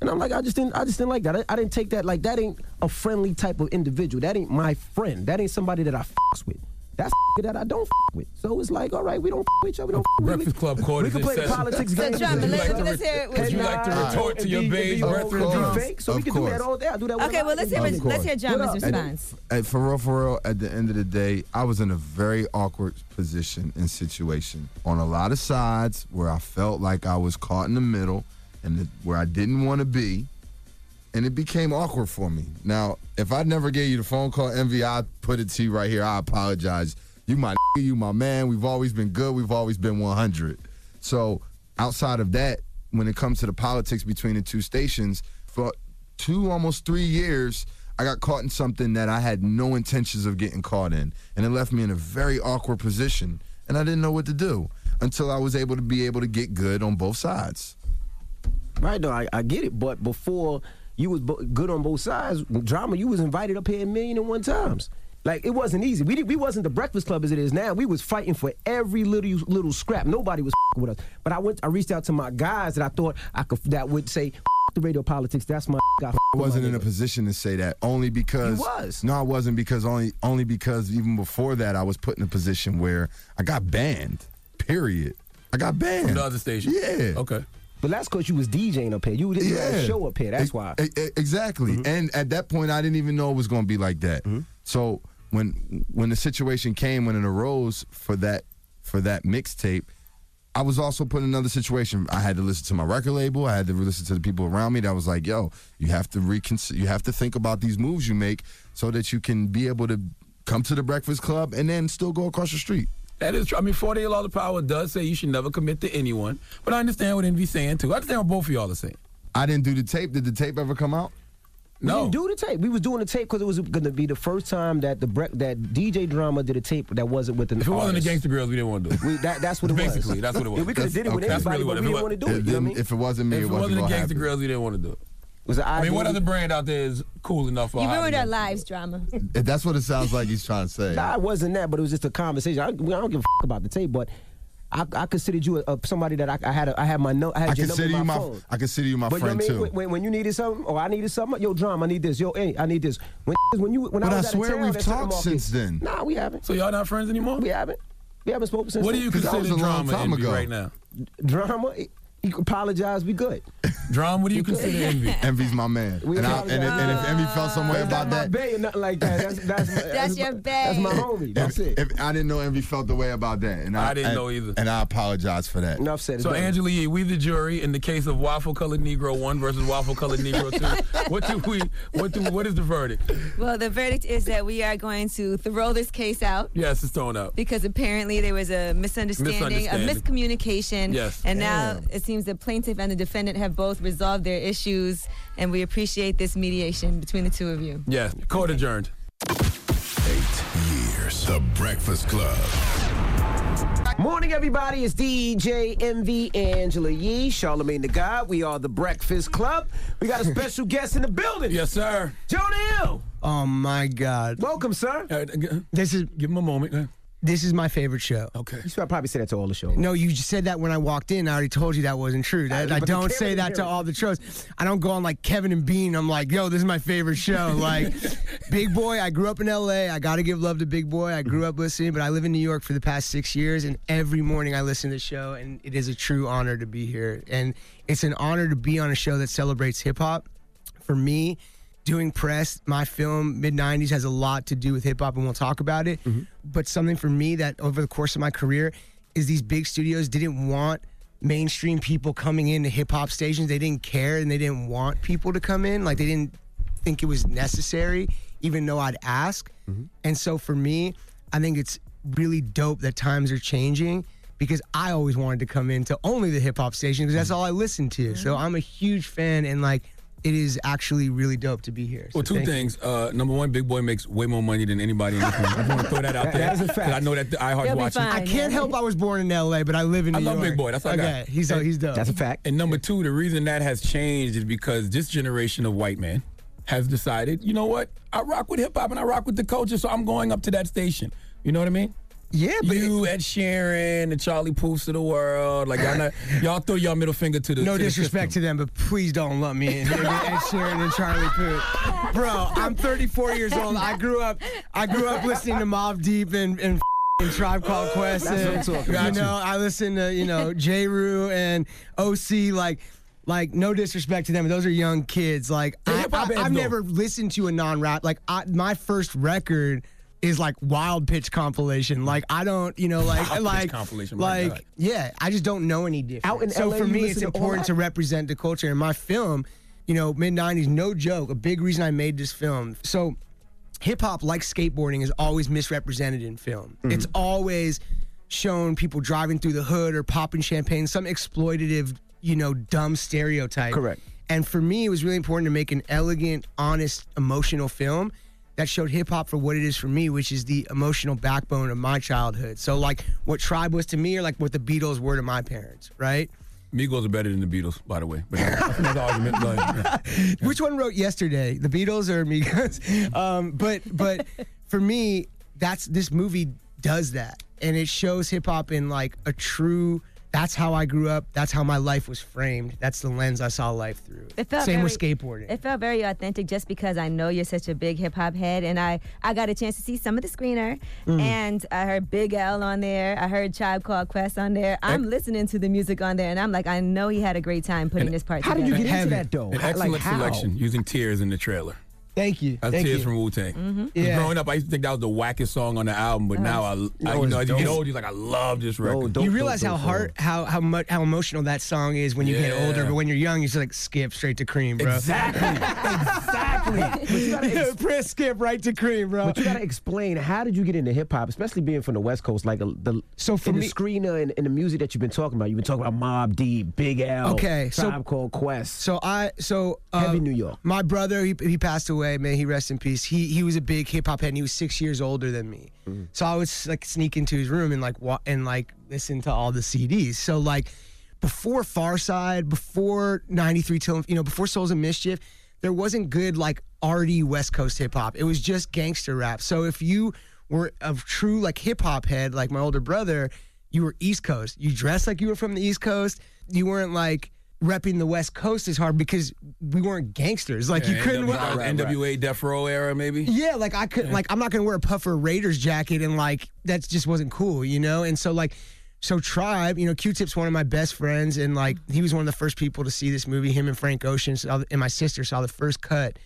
Speaker 6: And I'm like, I just didn't, I just didn't like that. I, I didn't take that. Like, that ain't a friendly type of individual. That ain't my friend. That ain't somebody that I fucks with. That's (laughs) that I don't f- with. So it's like, all right, we don't f- with each other. We don't f- with
Speaker 5: Breakfast Club court
Speaker 6: We
Speaker 5: is
Speaker 6: can
Speaker 5: in
Speaker 6: play the
Speaker 5: session.
Speaker 6: politics
Speaker 4: So
Speaker 6: game.
Speaker 4: drama,
Speaker 6: Would you
Speaker 4: let's-
Speaker 6: like to
Speaker 4: let's
Speaker 6: re-
Speaker 4: hear it with
Speaker 5: (laughs)
Speaker 6: would
Speaker 5: you like to
Speaker 6: lie?
Speaker 5: retort to
Speaker 6: And
Speaker 5: your
Speaker 6: be-
Speaker 5: beige
Speaker 6: be
Speaker 5: brethren?
Speaker 6: old and
Speaker 13: Uh,
Speaker 14: Of
Speaker 6: be fake? So we
Speaker 14: course.
Speaker 6: can do that
Speaker 14: Of
Speaker 6: all day. I do that with
Speaker 4: Okay,
Speaker 6: a lot
Speaker 4: well
Speaker 6: of
Speaker 4: let's
Speaker 6: people.
Speaker 4: hear
Speaker 14: Of
Speaker 4: his, let's
Speaker 14: course.
Speaker 4: hear Jama's
Speaker 6: What up?
Speaker 4: response.
Speaker 14: Hey, for real, for real, at the end of the day, I was in a very awkward position and situation on a lot of sides where I felt like I was caught in the middle and the, where I didn't want to be. And it became awkward for me. Now, if I never gave you the phone call, Envy, I put it to you right here. I apologize. You my (laughs) nigga, you my man. We've always been good. We've always been 100. So outside of that, when it comes to the politics between the two stations, for two almost three years i got caught in something that i had no intentions of getting caught in and it left me in a very awkward position and i didn't know what to do until I was able to be able to get good on both sides.
Speaker 6: Right, no, I, I get it. But before you was bo- good on both sides, drama, you was invited up here a million and one times. Like it wasn't easy. We did, we wasn't the Breakfast Club as it is now. We was fighting for every little little scrap. Nobody was with us. But I went. I reached out to my guys that I thought I could that would say the radio politics. That's my. I
Speaker 14: I wasn't in a position to say that only because
Speaker 6: You was.
Speaker 14: no, I wasn't because only only because even before that I was put in a position where I got banned. Period. I got banned
Speaker 5: From the other station.
Speaker 14: Yeah.
Speaker 5: Okay.
Speaker 6: But that's because you was DJing up here. You didn't have a show up here. That's
Speaker 14: E-
Speaker 6: why. Mm-hmm.
Speaker 14: e- e- exactly. And at that point, I didn't even know it was going to be like that. So when when the situation came, when it arose for that for that mixtape, I was also put in another situation. I had to listen to my record label. I had to listen to the people around me that was like, "Yo, you have to reconsider. You have to think about these moves you make so that you can be able to come to the Breakfast Club and then still go across the street."
Speaker 5: That is true. I mean, 48 Law of Power does say you should never commit to anyone, but I understand what Envy's saying too. I understand what both of y'all are saying.
Speaker 14: I didn't do the tape. Did the tape ever come out?
Speaker 6: No. We didn't do the tape. We was doing the tape because it was going to be the first time that the bre- that DJ drama did a tape that wasn't with the.
Speaker 5: If it wasn't the Gangsta Girls, we didn't want to do it.
Speaker 6: We, that, that's what it was.
Speaker 5: Basically, that's what it was.
Speaker 6: Yeah, we could have did it with
Speaker 5: That's
Speaker 6: everybody, but
Speaker 5: really
Speaker 6: we didn't
Speaker 5: what
Speaker 6: want
Speaker 5: it
Speaker 6: to do it. You know what I mean?
Speaker 14: If it wasn't me,
Speaker 5: if
Speaker 14: it
Speaker 5: it
Speaker 14: wasn't
Speaker 5: wasn't the
Speaker 14: gonna
Speaker 5: Gangsta
Speaker 14: happen.
Speaker 5: Girls, we didn't want to do it.
Speaker 6: Was
Speaker 5: I mean, what
Speaker 14: idea-
Speaker 5: other brand out there is cool enough for
Speaker 4: You
Speaker 5: our
Speaker 4: ruined our
Speaker 5: audience?
Speaker 4: lives,
Speaker 5: (laughs)
Speaker 4: drama.
Speaker 14: If that's what it sounds like he's trying to say.
Speaker 6: Nah, it wasn't that, but it was just a conversation. I, I don't give a f- about the tape, but I, I considered you a, a, somebody that I, I had. A, I had my no, I had
Speaker 14: I
Speaker 6: your number
Speaker 14: consider
Speaker 6: in my
Speaker 14: you my
Speaker 6: phone.
Speaker 14: I consider you my
Speaker 6: but
Speaker 14: friend
Speaker 6: you know
Speaker 14: too.
Speaker 6: what I mean? When, when you needed something, or I needed something, yo, drama, I need this. Yo, hey, I need this. When when you when I
Speaker 14: But I
Speaker 6: was out of
Speaker 14: swear
Speaker 6: town,
Speaker 14: we've
Speaker 6: that's something
Speaker 14: talked
Speaker 6: off
Speaker 14: since
Speaker 6: you.
Speaker 14: then.
Speaker 6: Nah, we haven't.
Speaker 5: So y'all not friends anymore?
Speaker 6: We haven't. We haven't spoken since.
Speaker 5: What do
Speaker 6: then.
Speaker 5: you consider drama envy right now?
Speaker 6: Drama. You apologize. We good.
Speaker 5: Drama. What do you
Speaker 6: We good. (laughs)
Speaker 5: consider envy?
Speaker 14: Envy's my man.
Speaker 6: We
Speaker 14: And, I, and,
Speaker 6: apologize.
Speaker 14: if, and if Envy felt some way
Speaker 6: That's not
Speaker 14: about
Speaker 6: my
Speaker 14: that,
Speaker 6: bae or nothing like that. That's that's,
Speaker 4: (laughs)
Speaker 14: (laughs)
Speaker 4: That's your bae.
Speaker 6: That's my homie. That's
Speaker 14: if-
Speaker 6: it.
Speaker 14: if- I didn't know Envy felt the way about that, and I,
Speaker 5: I didn't
Speaker 14: and-
Speaker 5: know either.
Speaker 14: And I apologize for that.
Speaker 6: Enough said.
Speaker 5: So Angela Yee, we the jury in the case of waffle colored Negro one versus waffle colored Negro two.
Speaker 6: (laughs)
Speaker 5: What do we? What do? What is the verdict?
Speaker 4: Well, the verdict is that we are going to throw this case out.
Speaker 5: Yes, it's thrown out.
Speaker 4: Because apparently there was a misunderstanding, a
Speaker 5: Misunderstanding.
Speaker 4: miscommunication.
Speaker 5: Yes.
Speaker 4: And now
Speaker 5: Damn.
Speaker 4: it seems the plaintiff and the defendant have both resolved their issues, and we appreciate this mediation between the two of you.
Speaker 5: Yes, court adjourned.
Speaker 2: Eight years. The Breakfast Club.
Speaker 6: Morning, everybody. It's DJ MV Angela Yee, Charlemagne the God. We are the Breakfast Club.
Speaker 15: (laughs)
Speaker 6: We got a special guest in the building.
Speaker 5: Yes, sir.
Speaker 6: Jonah Hill.
Speaker 15: Oh my God!
Speaker 6: Welcome, sir.
Speaker 15: This is
Speaker 5: Uh, give him a moment. uh.
Speaker 15: This is my favorite show.
Speaker 5: Okay,
Speaker 6: you should probably say that to all the shows.
Speaker 15: No, you just said that when I walked in. I already told you that wasn't true. That,
Speaker 6: Uh,
Speaker 15: I
Speaker 6: but the
Speaker 15: don't
Speaker 6: camera
Speaker 15: say
Speaker 6: didn't
Speaker 15: that to
Speaker 6: hear it.
Speaker 15: all the shows. I don't go on like Kevin and Bean. I'm like, yo, this is my favorite
Speaker 5: (laughs)
Speaker 15: show. Like, Big Boy. I grew up in L.A. I gotta give love to Big Boy. I
Speaker 5: Mm-hmm.
Speaker 15: grew up listening, but I live in New York for the past six years, and every morning I listen to the show, and it is a true honor to be here. And it's an honor to be on a show that celebrates hip hop. for me, doing press, my film mid '90s has a lot to do with hip hop, and we'll talk about it. But something for me that over the course of my career is these big studios didn't want mainstream people coming into hip hop stations. They didn't care, and they didn't want people to come in. Like they didn't think it was necessary, even though I'd ask.
Speaker 6: Mm-hmm.
Speaker 15: (laughs) And so for me, I think it's really dope that times are changing because I always wanted to come into only the hip hop station because that's all I listened to. So I'm a huge fan and like it is actually really dope to be here. So
Speaker 5: Well, two
Speaker 15: thank you.
Speaker 5: things. Uh, number one, Big Boy makes way more money than anybody in this room. I just want to throw that out
Speaker 15: That-
Speaker 5: there.
Speaker 15: that is a
Speaker 5: 'cause
Speaker 15: fact.
Speaker 5: I know that the iHeart's watching.
Speaker 15: I can't help I was born in LA, but I live in New
Speaker 5: I love
Speaker 15: York.
Speaker 5: Big Boy. That's all I
Speaker 15: okay.
Speaker 5: got.
Speaker 15: He's
Speaker 5: And-
Speaker 15: he's dope.
Speaker 5: And number two, the reason that has changed is because this generation of white men has decided, you know what? I rock with hip hop and I rock with the culture, so I'm going up to that station. You know what I mean?
Speaker 15: Yeah,
Speaker 5: but you Ed Sheeran, the Charlie Poofs of the world, like y'all,
Speaker 15: (laughs)
Speaker 5: not, y'all throw y'all middle finger to the
Speaker 15: No
Speaker 5: to the
Speaker 15: disrespect to them, but please don't lump me in here
Speaker 5: (laughs)
Speaker 15: with Ed Sheeran and Charlie Puth. Bro, I'm 34 years old. I grew up, I grew up listening to Mob Deep and and, and Tribe Called Quest.
Speaker 5: That's what I'm
Speaker 15: and,
Speaker 5: talking
Speaker 15: you
Speaker 5: about.
Speaker 15: know, I listen to you know J. Rue and OC. Like, like no disrespect to them, but those are young kids. Like, I,
Speaker 5: hip-hop bands,
Speaker 15: have
Speaker 5: though.
Speaker 15: never listened to a non-rap. Like, I, my first record. Is like wild pitch compilation. Like I don't, you know, like
Speaker 5: Wild Pitch
Speaker 15: like
Speaker 5: compilation, my
Speaker 15: like
Speaker 5: God.
Speaker 15: yeah. I just don't know any different.
Speaker 5: Out in
Speaker 15: so
Speaker 5: LA,
Speaker 15: for
Speaker 5: you
Speaker 15: me,
Speaker 5: listen
Speaker 15: it's
Speaker 5: to all
Speaker 15: important
Speaker 5: that?
Speaker 15: to represent the culture. In my film, you know, mid '90s, no joke. A big reason I made this film. So, hip hop, like skateboarding, is always misrepresented in film. It's always shown people driving through the hood or popping champagne, some exploitative, you know, dumb stereotype. Correct. And for me, it was really important to make an elegant, honest, emotional film that showed hip hop for what it is for me, which is the emotional backbone of my childhood. So like what Tribe was to me, or like what the Beatles were to my parents, right?
Speaker 5: Migos are better than the Beatles, by the way. But that's another argument. but, yeah.
Speaker 15: (laughs) Which one wrote yesterday? The Beatles or Migos? (laughs) Um, but but for me, that's this movie does that, and it shows hip hop in like a true. That's how I grew up. That's how my life was framed. That's the lens I saw life through.
Speaker 4: It felt
Speaker 15: Same
Speaker 4: very,
Speaker 15: with skateboarding.
Speaker 4: It felt very authentic just because I know you're such a big hip hop head, and I I got a chance to see some of the screener,
Speaker 15: Mm.
Speaker 4: and I heard Big L on there. I heard Tribe Called Quest on there. I'm listening to the music on there, and I'm like, I know he had a great time putting this part together.
Speaker 5: An excellent selection using tears in the trailer.
Speaker 15: Thank you.
Speaker 5: That's
Speaker 15: Thank
Speaker 5: tears
Speaker 15: you.
Speaker 5: from Wu Tang.
Speaker 15: Mhm. Yeah.
Speaker 5: Growing up, I used to think that was the wackest song on the album, but
Speaker 15: Oh.
Speaker 5: now I, I
Speaker 15: No,
Speaker 5: you
Speaker 15: it's
Speaker 5: know, as you get
Speaker 15: dope.
Speaker 5: older, you're like, I love this record.
Speaker 15: you realize how hard, how how much, how emotional that song is when you get
Speaker 5: Yeah.
Speaker 15: older. But when you're young, you just like skip straight to cream, bro.
Speaker 5: Exactly.
Speaker 15: exactly. Press skip right to cream, bro.
Speaker 6: But you gotta explain how did you get into hip hop, especially being from the West Coast, like the, the so
Speaker 15: for
Speaker 6: in
Speaker 15: me-
Speaker 6: the screener and, and the music that you've been talking about. You've been talking about Mob D, Big L,
Speaker 15: Okay, so-
Speaker 6: Tribe Called Quest.
Speaker 15: So I (laughs) so
Speaker 6: Heavy
Speaker 15: um,
Speaker 6: New York.
Speaker 15: My brother, he, he passed away. May he rest in peace. He he was a big hip hop head, and he was six years older than me.
Speaker 6: Mm.
Speaker 15: Mm. So I would like sneak into his room and like wa- and like listen to all the CDs. So like before Far Side, before '93 till you know before Souls of Mischief, there wasn't good like arty West Coast hip hop. It was just gangster rap. So if you were a true like hip hop head, like my older brother, you were East Coast. You dressed like you were from the East Coast. You weren't like repping the West Coast as hard because we weren't gangsters. Like you
Speaker 5: Yeah,
Speaker 15: couldn't.
Speaker 5: NWA, NWA Death Row era, maybe?
Speaker 15: Yeah, like I couldn't. Like I'm not gonna wear a puffer Raiders jacket and like that just wasn't cool, you know. And so like, so Tribe, you know, Q-Tip's one of my best friends, and like he was one of the first people to see this movie. Him and Frank Ocean saw, the- and my sister saw the first cut,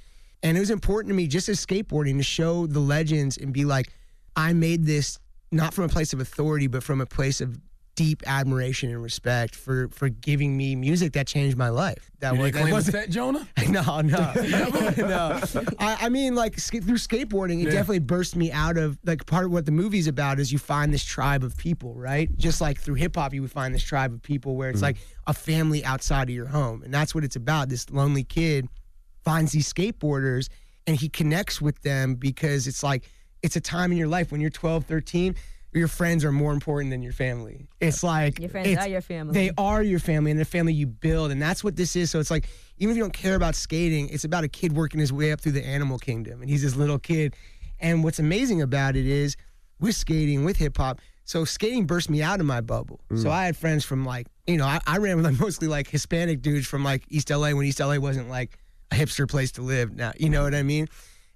Speaker 15: and it was important to me just as skateboarding to show the legends and be like, I made this not from a place of authority, but from a place of deep admiration and respect for for giving me music that changed my life. That
Speaker 5: You
Speaker 15: was
Speaker 5: didn't claim
Speaker 15: that
Speaker 5: the
Speaker 15: wasn't-
Speaker 5: set, Jonah?
Speaker 15: (laughs) No,
Speaker 6: (laughs)
Speaker 15: no, no. I, I mean, like sk- through skateboarding, it
Speaker 5: Yeah.
Speaker 15: definitely burst me out of like part of what the movie's about is you find this tribe of people, right? Just like through hip hop, you would find this tribe of people where it's
Speaker 16: Mhm.
Speaker 15: like a family outside of your home, and that's what it's about. This lonely kid finds these skateboarders and he connects with them because it's like it's a time in your life when you're 12, 13, your friends are more important than your family. It's like
Speaker 4: Your friends
Speaker 15: it's-
Speaker 4: are your family.
Speaker 15: They are your family and the family you build. And that's what this is. So it's like, even if you don't care about skating, it's about a kid working his way up through the animal kingdom. And he's this little kid. And what's amazing about it is with skating, with hip hop, so skating burst me out of my bubble.
Speaker 6: Mm.
Speaker 15: So I had friends from like, you know, I, I ran with like (laughs) mostly like Hispanic dudes from like East LA when East LA wasn't like a hipster place to live now. You know what I mean?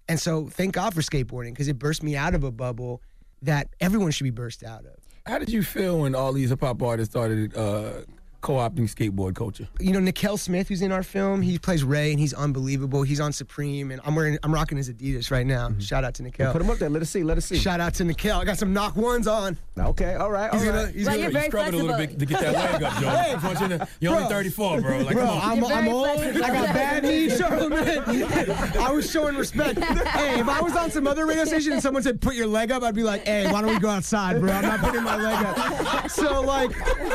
Speaker 15: And so thank God for skateboarding because it burst me out of a bubble that everyone should be burst out of.
Speaker 5: How did you feel when all these hip hop artists started uh, co opting skateboard culture?
Speaker 15: you know Nikel Smith, who's in our film. He plays Ray, and he's unbelievable. He's on Supreme, and I'm wearing, I'm rocking his Adidas right now. Shout out to Nikel.
Speaker 6: Mm-hmm. Put him up there. Let us see. Let us see.
Speaker 15: Shout out to Nikel. I got some knock ones on.
Speaker 6: Okay, all right,
Speaker 15: He's
Speaker 6: all
Speaker 15: gonna-
Speaker 6: right.
Speaker 15: he's
Speaker 6: Well,
Speaker 15: gonna-
Speaker 6: you're
Speaker 5: You
Speaker 6: very
Speaker 5: struggled a little bit
Speaker 6: flexible.
Speaker 5: to get that leg up, Jonah.
Speaker 6: Hey,
Speaker 5: Unfortunately, You're only
Speaker 15: bro.
Speaker 5: 34, bro. Like,
Speaker 15: bro,
Speaker 5: come on.
Speaker 15: I'm, I'm old. I got bad (laughs) knees, Charlamagne. I was showing respect. Hey, if I was on some other radio station and someone said put your leg up, I'd be like, hey, why don't we go outside, bro? I'm not putting my leg up. So like,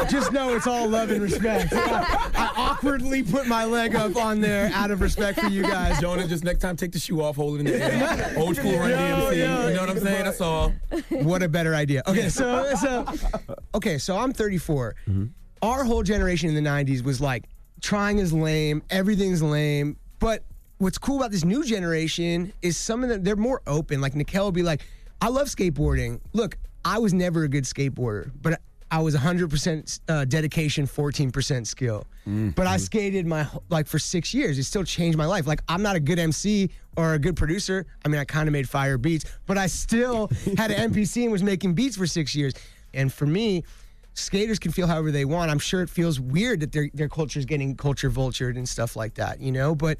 Speaker 15: just know it's all love and respect. I, I awkwardly put my leg up on there out of respect for you guys.
Speaker 5: Jonah, just next time take the shoe off, hold it in (laughs) the air. Old school run
Speaker 15: Yo,
Speaker 5: DMC.
Speaker 15: yo.
Speaker 5: you know what I'm saying? That's all.
Speaker 15: What a better idea. Okay, so so okay, so I'm 34.
Speaker 5: Mm-hmm.
Speaker 15: Our whole generation in the 90s was like trying is lame, everything's lame. But what's cool about this new generation is some of them they're more open. Like Nikel will be like, "I love skateboarding. Look, I was never a good skateboarder, but I was 100% uh, dedication, 14% skill."
Speaker 6: Mm-hmm.
Speaker 15: But I skated my wh- like for six years. It still changed my life. Like I'm not a good MC or a good producer. I mean, I kind of made fire beats, but I still had an MPC and was making beats for six years. And for me, skaters can feel however they want. I'm sure it feels weird that their their culture is getting culture vultured and stuff like that, you know. But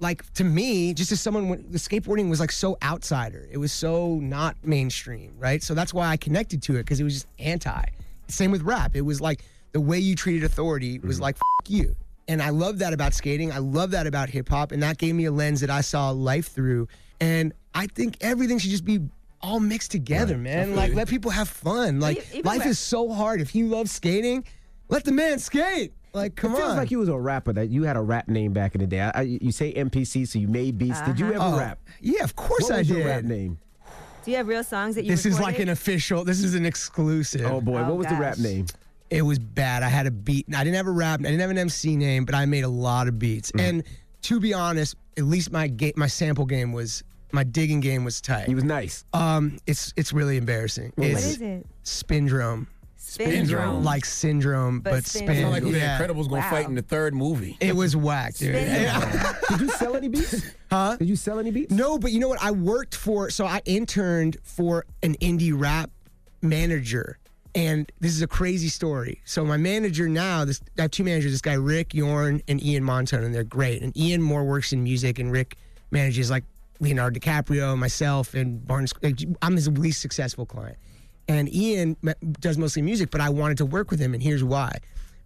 Speaker 15: like to me, just as someone, when, the skateboarding was like so outsider. It was so not mainstream, right? So that's why I connected to it because it was just anti. Same with rap. It was like the way you treated authority
Speaker 6: Mm-hmm.
Speaker 15: was like F- you. And I love that about skating. I love that about hip hop, and that gave me a lens that I saw life through. And I think everything should just be all mixed together, man. Like let people have fun. Like
Speaker 4: even
Speaker 15: life
Speaker 4: where-
Speaker 15: is so hard. If you love skating, let the man skate. Like, come
Speaker 6: it feels
Speaker 15: on.
Speaker 6: like you was a rapper that you had a rap name back in the day. I, I- you say MPC, so you made beats. Did you ever
Speaker 15: Uh-huh. Oh,
Speaker 6: rap?
Speaker 15: Yeah, of course
Speaker 6: what
Speaker 15: I
Speaker 6: was Your
Speaker 15: did.
Speaker 6: rap name.
Speaker 4: (laughs) Do you have real songs that you
Speaker 15: this is like
Speaker 4: recorded?
Speaker 15: an official. This is an exclusive.
Speaker 6: Oh, boy. What Oh, was the rap gosh. name?
Speaker 15: It was bad. I had a beat. I didn't have a rap. I didn't have an MC name, but I made a lot of beats.
Speaker 6: Mm.
Speaker 15: And to be honest, at least my ga- my sample game was my digging game was tight. It
Speaker 6: was nice.
Speaker 15: Um, it's it's really embarrassing.
Speaker 4: What
Speaker 15: it's
Speaker 4: is it?
Speaker 15: Spindrome.
Speaker 5: Spindrome.
Speaker 15: Like syndrome,
Speaker 5: But
Speaker 15: but,
Speaker 5: spin-
Speaker 15: spin.
Speaker 5: Sound like who the
Speaker 15: yeah.
Speaker 5: Incredibles gonna Wow. fight in the third movie.
Speaker 15: It was whack, dude.
Speaker 6: Did
Speaker 15: (laughs)
Speaker 6: you sell any beats?
Speaker 15: Huh?
Speaker 6: Did you sell any beats?
Speaker 15: No, but you know what? I worked for, so I interned for an indie rap manager. And this is a crazy story. So my manager now, this I have two managers, this guy Rick Yorn and Ian Montone, and they're great. And Ian more works in music, and Rick manages like Leonardo DiCaprio, myself, and Barnes. like, I'm his least successful client. And Ian ma- does mostly music, but I wanted to work with him, and here's why.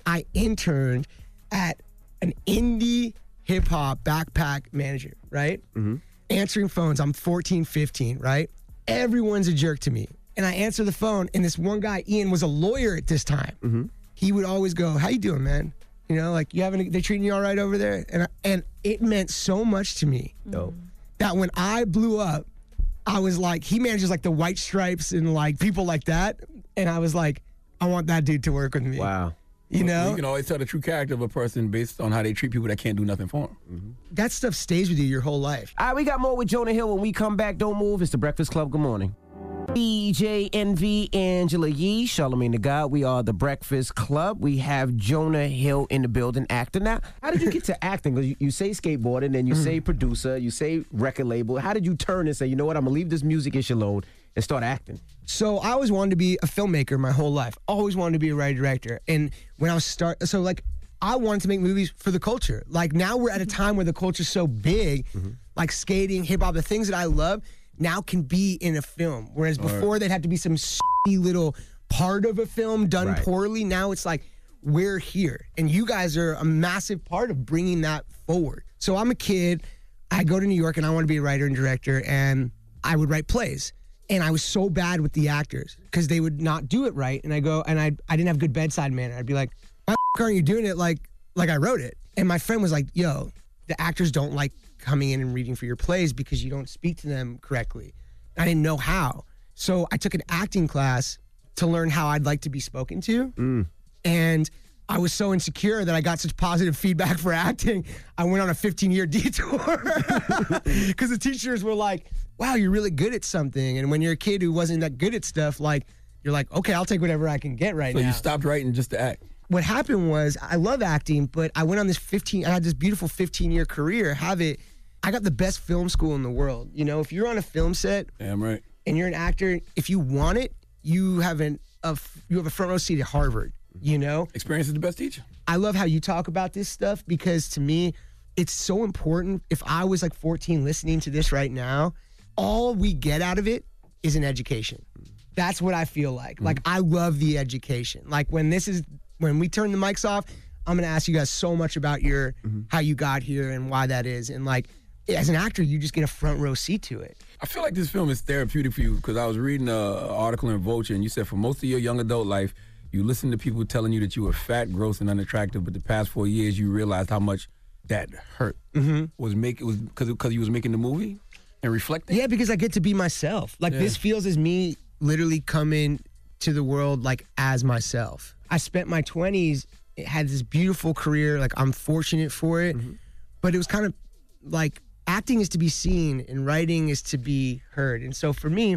Speaker 15: I interned at an indie hip hop backpack manager, right? Answering phones. I'm 14, 15, right? Everyone's a jerk to me. And I answer the phone, and this one guy, Ian, was a lawyer at this time. He would always go, "How you doing, man? You know, like you having they're treating you all right over there." And I, and it meant so much to me that when I blew up, I was like, he manages like the White Stripes and like people like that, and I was like, I want that dude to work with me.
Speaker 6: Wow.
Speaker 15: You know?
Speaker 5: you can always tell the true character of a person based on how they treat people that can't do nothing for them.
Speaker 15: Mm-hmm. That stuff stays with you your whole life.
Speaker 6: All right, we got more with Jonah Hill when we come back. Don't move. It's the Breakfast Club. Good morning. DJ NV Angela Yee, Charlemagne the God. We are the Breakfast Club. We have Jonah Hill in the building, actor. Now, how did you get to acting? Because you, you say skateboarding, then you
Speaker 15: Mm-hmm.
Speaker 6: say producer, you say record label. How did you turn and say, you know what, I'm gonna leave this music issue alone and start acting?
Speaker 15: So I always wanted to be a filmmaker my whole life. Always wanted to be a writer director. And when I was start, so like I wanted to make movies for the culture. Like now we're at a time where the culture's so big,
Speaker 16: Mm-hmm.
Speaker 15: like skating, hip hop, the things that I love now can be in a film. Whereas
Speaker 16: All right.
Speaker 15: before they'd have to be some shitty little part of a film done
Speaker 16: Right.
Speaker 15: poorly. Now it's like we're here, and you guys are a massive part of bringing that forward. So I'm a kid. I go to New York and I want to be a writer and director, and I would write plays. And I was so bad with the actors because they would not do it right. And I go, and I I didn't have good bedside manner. I'd be like, "Why the f- aren't you doing it like like I wrote it?" And my friend was like, "Yo, the actors don't like coming in and reading for your plays because you don't speak to them correctly." I didn't know how, so I took an acting class to learn how I'd like to be spoken to.
Speaker 5: Mm.
Speaker 15: And I was so insecure that I got such positive feedback (laughs) for acting. I went on a 15 year (laughs) detour because the teachers were like, wow, you're really good at something. And when you're a kid who wasn't that good at stuff, like, you're like, okay, I'll take whatever I can get right
Speaker 5: So
Speaker 15: now
Speaker 5: you stopped writing just to act.
Speaker 15: what happened was I love acting, but I went on this 15, I had this beautiful 15 year career, have it. I got the best film school in the world. You know, if you're on a film set,
Speaker 5: Damn right.
Speaker 15: and you're an actor, if you want it, you have an a, f- you have a front row seat at Harvard. You know,
Speaker 5: experience is the best teacher.
Speaker 15: I love how you talk about this stuff because to me, it's so important. If I was like 14 listening to this right now, all we get out of it is an education. That's what I feel like. Like I love the education. Like when this is when we turn the mics off, I'm gonna ask you guys so much about your how you got here and why that is. And like as an actor, you just get a front row seat to it.
Speaker 5: I feel like this film is therapeutic for you because I was reading an article in Vulture and you said for most of your young adult life, you listened to people telling you that you were fat, gross, and unattractive, but the past four years you realized how much that hurt. Mm-hmm. Was make it was because because you was making the movie and reflecting.
Speaker 15: Yeah, because I get to be myself. Like
Speaker 5: Yeah.
Speaker 15: this feels as me literally coming to the world like as myself. I spent my 20s it had this beautiful career like I'm fortunate for it.
Speaker 16: Mm-hmm.
Speaker 15: But it was kind of like acting is to be seen and writing is to be heard. And so for me,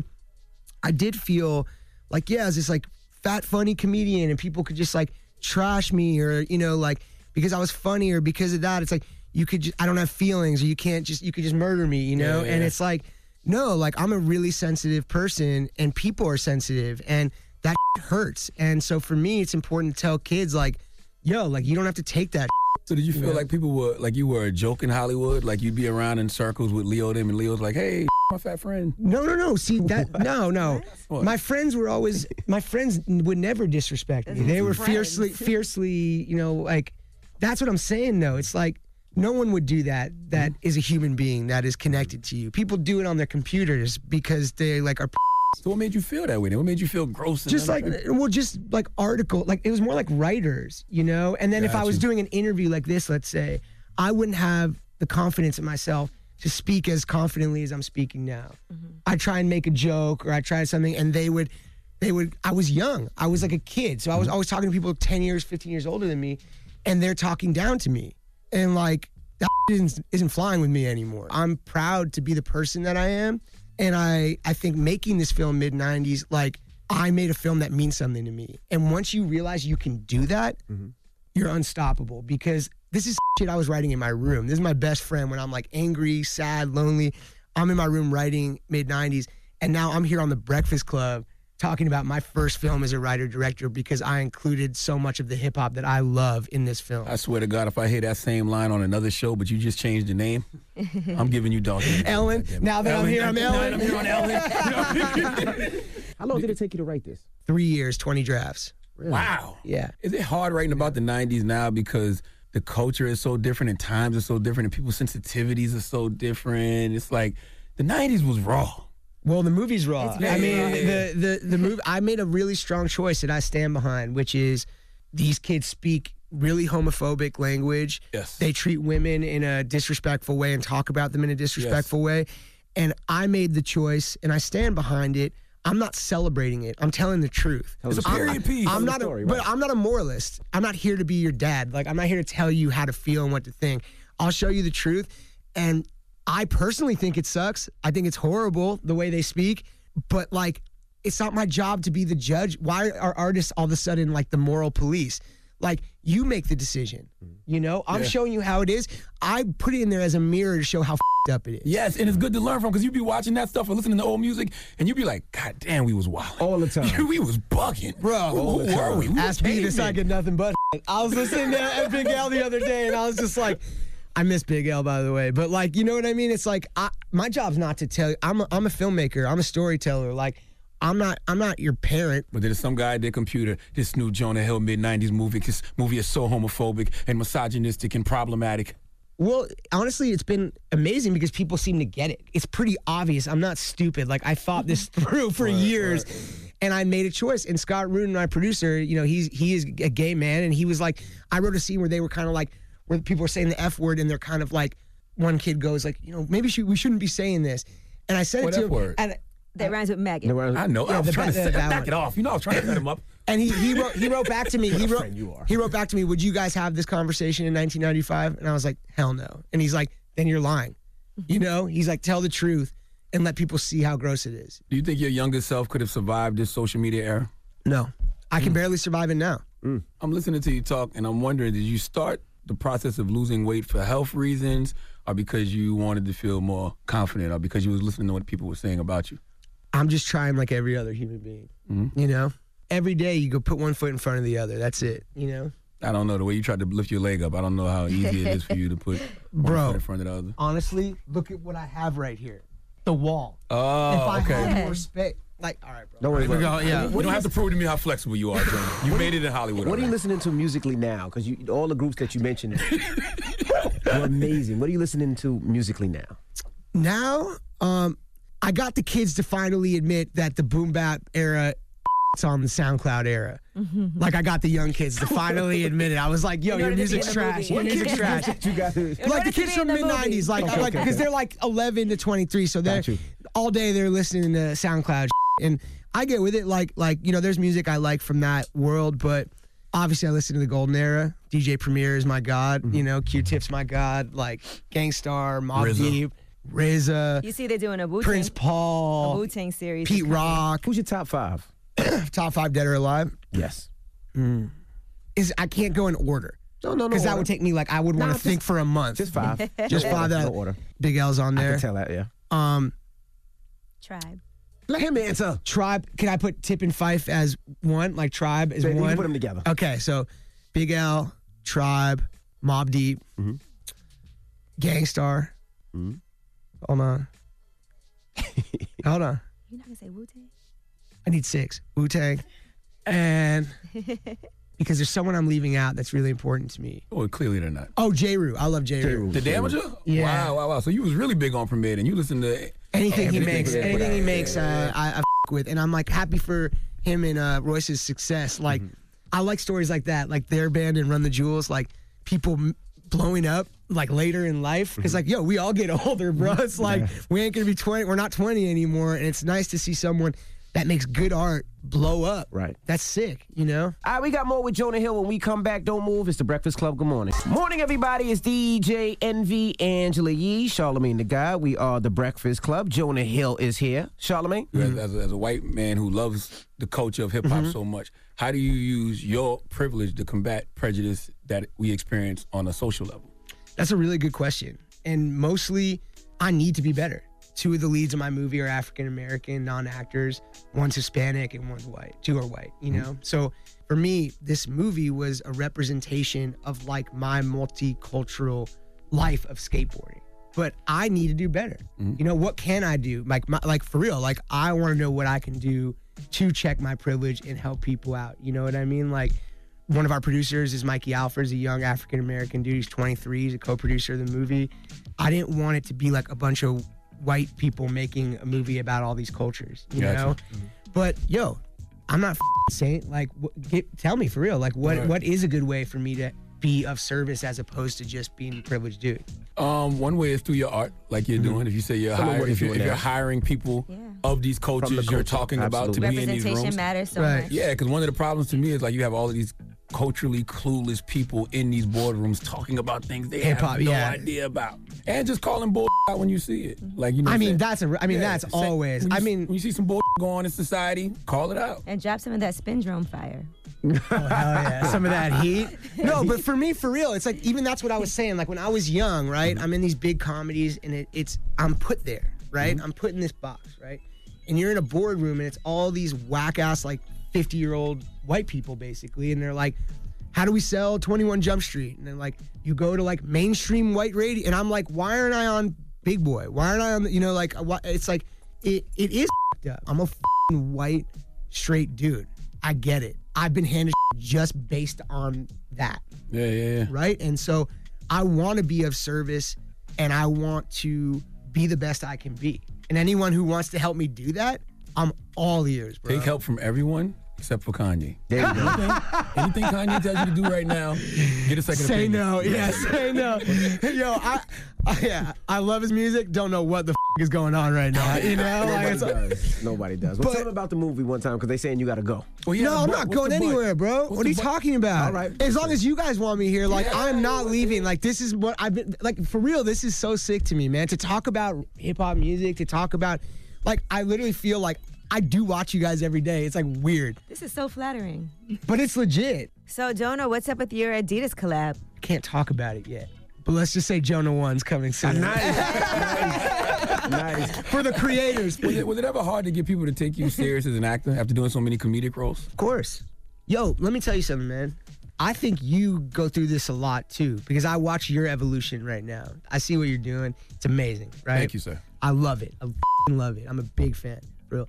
Speaker 15: I did feel like, yeah, I was this like fat, funny comedian, and people could just like trash me or, you know, like because I was funny or because of that. It's like, you could, just, I don't have feelings or you can't just, you could just murder me, you know?
Speaker 16: Yeah, yeah,
Speaker 15: And
Speaker 16: yeah.
Speaker 15: it's like, no, like I'm a really sensitive person and people are sensitive and that (laughs) hurts. And so for me, it's important to tell kids, like, yo, like you don't have to take that. (laughs)
Speaker 5: So did you feel
Speaker 15: Yeah.
Speaker 5: like people were like you were a joke in Hollywood? Like you'd be around in circles with Leo them and Leo's like, hey, (laughs) my fat friend.
Speaker 15: No, no, no. See that? No, no. My friends were always. My friends n- would never disrespect me.
Speaker 16: Those
Speaker 15: They
Speaker 16: are
Speaker 15: were
Speaker 16: friends.
Speaker 15: fiercely, fiercely. You know, like that's what I'm saying. Though it's like no one would do that.
Speaker 5: Mm-hmm.
Speaker 15: That is a human being that is connected to you. People do it on their computers because they like are
Speaker 5: So what made you feel that way? Then what made you feel gross? and
Speaker 15: Just like
Speaker 5: unattractive?
Speaker 15: well, just like article, like it was more like writers, you know. And then if I was doing an interview like this, let's say, I wouldn't have the confidence in myself to speak as confidently as I'm speaking now.
Speaker 5: Mm-hmm.
Speaker 15: I try and make a joke or I try something, and they would, they would. I was young, I was like a kid, so I was always talking to people ten years, fifteen years older than me, and they're talking down to me, and like that (laughs) isn't, isn't flying with me anymore. I'm proud to be the person that I am, and I I think making this film mid '90s like. I made a film that means something to me. And once you realize you can do that, you're unstoppable because this is shit I was writing in my room. This is my best friend when I'm like angry, sad, lonely. I'm in my room writing mid 90s. And now I'm here on the Breakfast Club talking about my first film as a writer director because I included so much of the hip hop that I love in this film.
Speaker 5: I swear to God, if I hear that same line on another show, but you just changed the name, I'm giving you dog.
Speaker 15: (laughs) Ellen, now that I'm
Speaker 5: Ellen,
Speaker 15: here, I'm
Speaker 5: now that
Speaker 15: Ellen.
Speaker 5: I'm here, I'm Ellen.
Speaker 15: How long did it take you to write this? Three years, 20 drafts.
Speaker 5: Wow.
Speaker 15: Yeah.
Speaker 5: Is it hard writing about the 90s now because the culture is so different and times are so different and people's sensitivities are so different? It's like the 90s was raw.
Speaker 15: Well, the movie's raw.
Speaker 5: It's very
Speaker 15: I mean,
Speaker 5: raw.
Speaker 15: the the the movie. I made a really strong choice that I stand behind, which is these kids speak really homophobic language.
Speaker 5: Yes.
Speaker 15: They treat women in a disrespectful way and talk about them in a disrespectful way. And I made the choice, and I stand behind it. I'm not celebrating it. I'm telling the truth.
Speaker 5: Tell the It's a
Speaker 15: I'm-
Speaker 5: period piece. Tell
Speaker 15: I'm
Speaker 5: the
Speaker 15: not, a-
Speaker 5: story,
Speaker 15: but
Speaker 5: right.
Speaker 15: I'm not a moralist. I'm not here to be your dad. Like I'm not here to tell you how to feel and what to think. I'll show you the truth. And I personally think it sucks. I think it's horrible the way they speak. But like, it's not my job to be the judge. Why are artists all of a sudden like the moral police? Like you make the decision. You know, I'm
Speaker 5: Mm-hmm. Yeah.
Speaker 15: showing you how it is. I put it in there as a mirror to show how fed up it is.
Speaker 5: Yes, and it's good to learn from because you be watching that stuff or listening to old music, and you be like, God damn, we was wild all the time. (laughs) we was bugging, bro.
Speaker 15: All
Speaker 5: Who
Speaker 15: the
Speaker 5: were
Speaker 15: time.
Speaker 5: we? we
Speaker 15: Ask me this, I get nothing but. (laughs) I was listening to at Big L the other day, and I was just like, I miss Big L, by the way. But like, you know what I mean? It's like, I, my job's not to tell. I'm a, I'm a filmmaker. I'm a storyteller. Like, I'm not I'm not your parent.
Speaker 5: But there's some guy at their computer. This new Jonah Hill mid '90s movie. This movie is so homophobic and misogynistic and problematic.
Speaker 15: Well, honestly, it's been amazing because people seem to get it. It's pretty obvious. I'm not stupid. Like I thought
Speaker 5: (laughs)
Speaker 15: this through for years, and I made a choice. And Scott Rudin, my producer, you know, he's he is a gay man, and he was like, I wrote a scene where they were kind of like, where people were saying the f word, and they're kind of like, one kid goes like, you know, maybe she, we shouldn't be saying this, and I said
Speaker 5: What
Speaker 15: it to
Speaker 5: F
Speaker 15: him,
Speaker 5: word?
Speaker 15: and
Speaker 4: That rhymes with Megan.
Speaker 5: I know. I was
Speaker 15: the
Speaker 5: trying
Speaker 15: ba-
Speaker 5: to
Speaker 15: the-
Speaker 5: set,
Speaker 15: that
Speaker 5: back
Speaker 15: one.
Speaker 5: it off. You know, I was trying to set him up.
Speaker 15: And he he wrote he wrote back to me.
Speaker 5: What
Speaker 15: He
Speaker 5: a
Speaker 15: wrote
Speaker 5: friend you are.
Speaker 15: he wrote back to me. Would you guys have this conversation in 1995? And I was like, hell no. And he's like, then you're lying. You
Speaker 5: Mm-hmm.
Speaker 15: know, he's like, tell the truth and let people see how gross it is.
Speaker 5: Do you think your younger self could have survived this social media era? Mm.
Speaker 15: No, I can barely survive it now.
Speaker 5: I'm listening to you talk, and I'm wondering: Did you start the process of losing weight for health reasons, or because you wanted to feel more confident, or because you was listening to what people were saying about you?
Speaker 15: I'm just trying like every other human being.
Speaker 5: Mm-hmm.
Speaker 15: You know, every day you go put one foot in front of the other. That's it. You know,
Speaker 5: I don't know the way you tried to lift your leg up. I don't know how easy it is for you
Speaker 15: (laughs)
Speaker 5: to put one
Speaker 15: Bro.
Speaker 5: foot in front of the other.
Speaker 15: honestly, look at what I have right here, the wall.
Speaker 5: Oh,
Speaker 15: if I
Speaker 5: okay.
Speaker 15: had more space, like all right, bro.
Speaker 5: Don't worry
Speaker 15: Here we
Speaker 5: about
Speaker 15: go,
Speaker 5: it.
Speaker 15: yeah.
Speaker 5: You don't have to prove to me how flexible you are, John. You made it in Hollywood.
Speaker 6: What are you
Speaker 5: alright.
Speaker 6: listening to musically now? Because you, all the groups that
Speaker 15: (laughs)
Speaker 6: you mentioned were amazing. What are you listening to musically now?
Speaker 15: now um i got the kids to finally admit that the boom bap era (laughs) is on the soundcloud era like i got the young kids to finally admit it i was like yo
Speaker 6: In
Speaker 15: your
Speaker 6: order to be
Speaker 15: music's
Speaker 6: in the
Speaker 15: trash
Speaker 6: movie.
Speaker 15: your
Speaker 6: What
Speaker 15: music's
Speaker 6: kids
Speaker 15: trash
Speaker 6: did you guys- In
Speaker 15: like
Speaker 6: order
Speaker 15: the
Speaker 6: to
Speaker 15: kids
Speaker 6: be
Speaker 15: from
Speaker 6: in the
Speaker 15: mid 90s like
Speaker 6: movie.
Speaker 15: because
Speaker 6: Okay, okay, okay.
Speaker 15: they're like 11 to 23 so they're
Speaker 6: Got you.
Speaker 15: all day they're listening to soundcloud (laughs) and i get with it like like you know there's music i like from that world but obviously i listen to the golden era dj premier is my god
Speaker 6: Mm-hmm.
Speaker 15: you know q-tip's my god like gangstar mob
Speaker 4: RZA.
Speaker 15: deep RZA,
Speaker 4: You see, they're doing a Wu Tang.
Speaker 15: Prince Paul,
Speaker 4: A Wu Tang series.
Speaker 15: Pete Rock. Who's your top five? (clears throat) top five dead or alive? Mm.
Speaker 6: Yes.
Speaker 15: Is I can't go in order.
Speaker 6: No, no, no
Speaker 15: Because that
Speaker 6: order.
Speaker 15: would take me like I would
Speaker 6: Nah,
Speaker 15: want to
Speaker 6: just-
Speaker 15: think for a month.
Speaker 6: just five.
Speaker 15: just
Speaker 6: No
Speaker 15: five.
Speaker 6: order,
Speaker 15: that
Speaker 6: no order.
Speaker 15: Big L's on
Speaker 6: I can
Speaker 15: there.
Speaker 6: tell that, yeah.
Speaker 15: Um,
Speaker 4: Tribe.
Speaker 15: let him answer. Tribe. Can I put Tip and Fife as one? Like Tribe as
Speaker 6: Baby, you
Speaker 15: one.
Speaker 6: put 'em together.
Speaker 15: Okay, so Big L, Tribe, Mob Deep,
Speaker 6: Mm-hmm.
Speaker 15: Gangstar. Hold
Speaker 6: (laughs)
Speaker 15: on. Hold on.
Speaker 4: You're not going to say Wu
Speaker 5: (laughs)
Speaker 4: Tang?
Speaker 15: I need six. Wu Tang. And because there's someone I'm leaving out that's really important to me.
Speaker 5: Well, clearly they're not.
Speaker 15: Oh, J. Rue. I love J. Rue.
Speaker 5: The Damager?
Speaker 15: Yeah.
Speaker 5: Wow, wow, wow. So you was really big on Premier, and you listened to
Speaker 15: Anything he
Speaker 5: everything
Speaker 15: makes,
Speaker 5: they put
Speaker 15: anything
Speaker 5: out.
Speaker 15: he makes,
Speaker 5: Yeah,
Speaker 15: uh,
Speaker 5: yeah.
Speaker 15: I, I with, and I'm like happy for him and uh, Royce's success. Like,
Speaker 5: Mm-hmm.
Speaker 15: I like stories like that, like their band and Run the Jewels, like people m- blowing up like later in life.
Speaker 5: Mm-hmm.
Speaker 15: Because like, yo, we all get (laughs) older, bro. It's like we ain't gonna be 20. We're not 20 anymore, and it's nice to see someone that makes good art blow up. Right. That's sick. You know.
Speaker 6: All right, we got more with Jonah Hill when we come back. Don't move. It's the Breakfast Club. Good morning. Morning, everybody. It's DJ NV, Angela Yee, Charlemagne the Guy. We are the Breakfast Club. Jonah Hill is here. Charlemagne?
Speaker 15: Mm-hmm.
Speaker 5: as, as a, as a white man who loves the culture of hip hop so much, how do you use your privilege to combat prejudice that we experience on a social level?
Speaker 15: That's a really good question. And mostly, I need to be better. Two of the leads in my movie are African American non actors, one's Hispanic and one's white. Two are white, you know? So for me, this movie was a representation of like my multicultural life of skateboarding. But I need to do better. You know, what can I do? Like, my, like for real, like I want to know what I can do to check my privilege and help people out. You know what I mean? Like, one of our producers is Mikey Alford, a young African American dude. He's 23. He's a co-producer of the movie. I didn't want it to be like a bunch of white people making a movie about all these cultures, you
Speaker 16: Gotcha.
Speaker 15: know. But yo, I'm not f***ing saying like, wh- get, tell me for real, like what
Speaker 5: Right.
Speaker 15: what is a good way for me to be of service as opposed to just being a privileged (laughs) dude?
Speaker 5: Um, one way is through your art, like you're doing. If you say you're
Speaker 15: Some of
Speaker 5: hiring,
Speaker 15: what
Speaker 5: if
Speaker 15: he's
Speaker 5: you're,
Speaker 15: doing
Speaker 5: if you're
Speaker 15: now.
Speaker 5: hiring people of these cultures you're
Speaker 15: culture,
Speaker 5: talking about to be in these
Speaker 4: Representation
Speaker 5: rooms,
Speaker 4: matters so much.
Speaker 5: Yeah, because one of the problems to me is like you have all of these culturally clueless people in these boardrooms talking about things they
Speaker 15: Hip-hop,
Speaker 5: have no
Speaker 15: yeah.
Speaker 5: idea about, and just calling bull (laughs) out when you see it. Like you know,
Speaker 15: I
Speaker 5: what I'm
Speaker 15: mean,
Speaker 5: saying?
Speaker 15: that's a, I mean,
Speaker 5: Yeah,
Speaker 15: that's
Speaker 5: say-
Speaker 15: always.
Speaker 5: when you
Speaker 15: I
Speaker 5: s-
Speaker 15: mean,
Speaker 5: when you see some bull (laughs) go on in society, call it out.
Speaker 4: And drop some of that spindrome fire.
Speaker 15: some of that heat. Oh, No, but for me, for real, it's like even that's what I was saying. Like when I was young, right? I'm in these big comedies, and it, it's I'm put there, right? I'm put in this box, right? And you're in a boardroom, and it's all these whack ass like 50 year old white people basically, and they're like, "How do we sell 21 Jump Street?" And then like you go to like mainstream white radio, and I'm like, "Why aren't I on Big Boy? Why aren't I on? the-" You know, like uh, why- it's like it it is fucked up. I'm a fucking white straight dude. I get it. I've been handed just based on that.
Speaker 5: Yeah, yeah, yeah.
Speaker 15: Right? And so I want to be of service and I want to be the best I can be. And anyone who wants to help me do that, I'm all ears, bro.
Speaker 5: Take help from everyone except for Kanye.
Speaker 15: (laughs) There you go.
Speaker 5: Anything Kanye tells you to do right now, get a second
Speaker 15: Say
Speaker 5: opinion.
Speaker 15: no. Yeah, say no. Yo, I, I yeah, I love his music. Don't know what the f- is going on right
Speaker 5: (laughs)
Speaker 15: now. Uh, You know, like
Speaker 6: Nobody
Speaker 15: it's
Speaker 6: does. Nobody does. Well,
Speaker 15: But-
Speaker 6: tell them about the movie one time because they saying you got to go.
Speaker 15: no, I'm not going anywhere, bro. what are you talking about?
Speaker 6: All right.
Speaker 15: As long as you guys want me here, like I'm not leaving. Like this is what I've been like for real. This is so sick to me, man. To talk about hip hop music, to talk about, like I literally feel like I do watch you guys every day. It's like weird,
Speaker 4: This is so flattering.
Speaker 15: but it's legit.
Speaker 4: So, Jonah, what's up with your Adidas collab?
Speaker 15: Can't talk about it yet. But let's just say Jonah One's coming soon.
Speaker 5: nice.
Speaker 15: (laughs) For the creators.
Speaker 5: Was it, was it ever hard to get people to take you serious as an actor after doing so many comedic roles?
Speaker 15: Of course. Yo, let me tell you something, man. I think you go through this a lot too, because I watch your evolution right now. I see what you're doing. It's amazing, right?
Speaker 5: Thank you, sir.
Speaker 15: I love it. I fing love it. I'm a big fan, bro.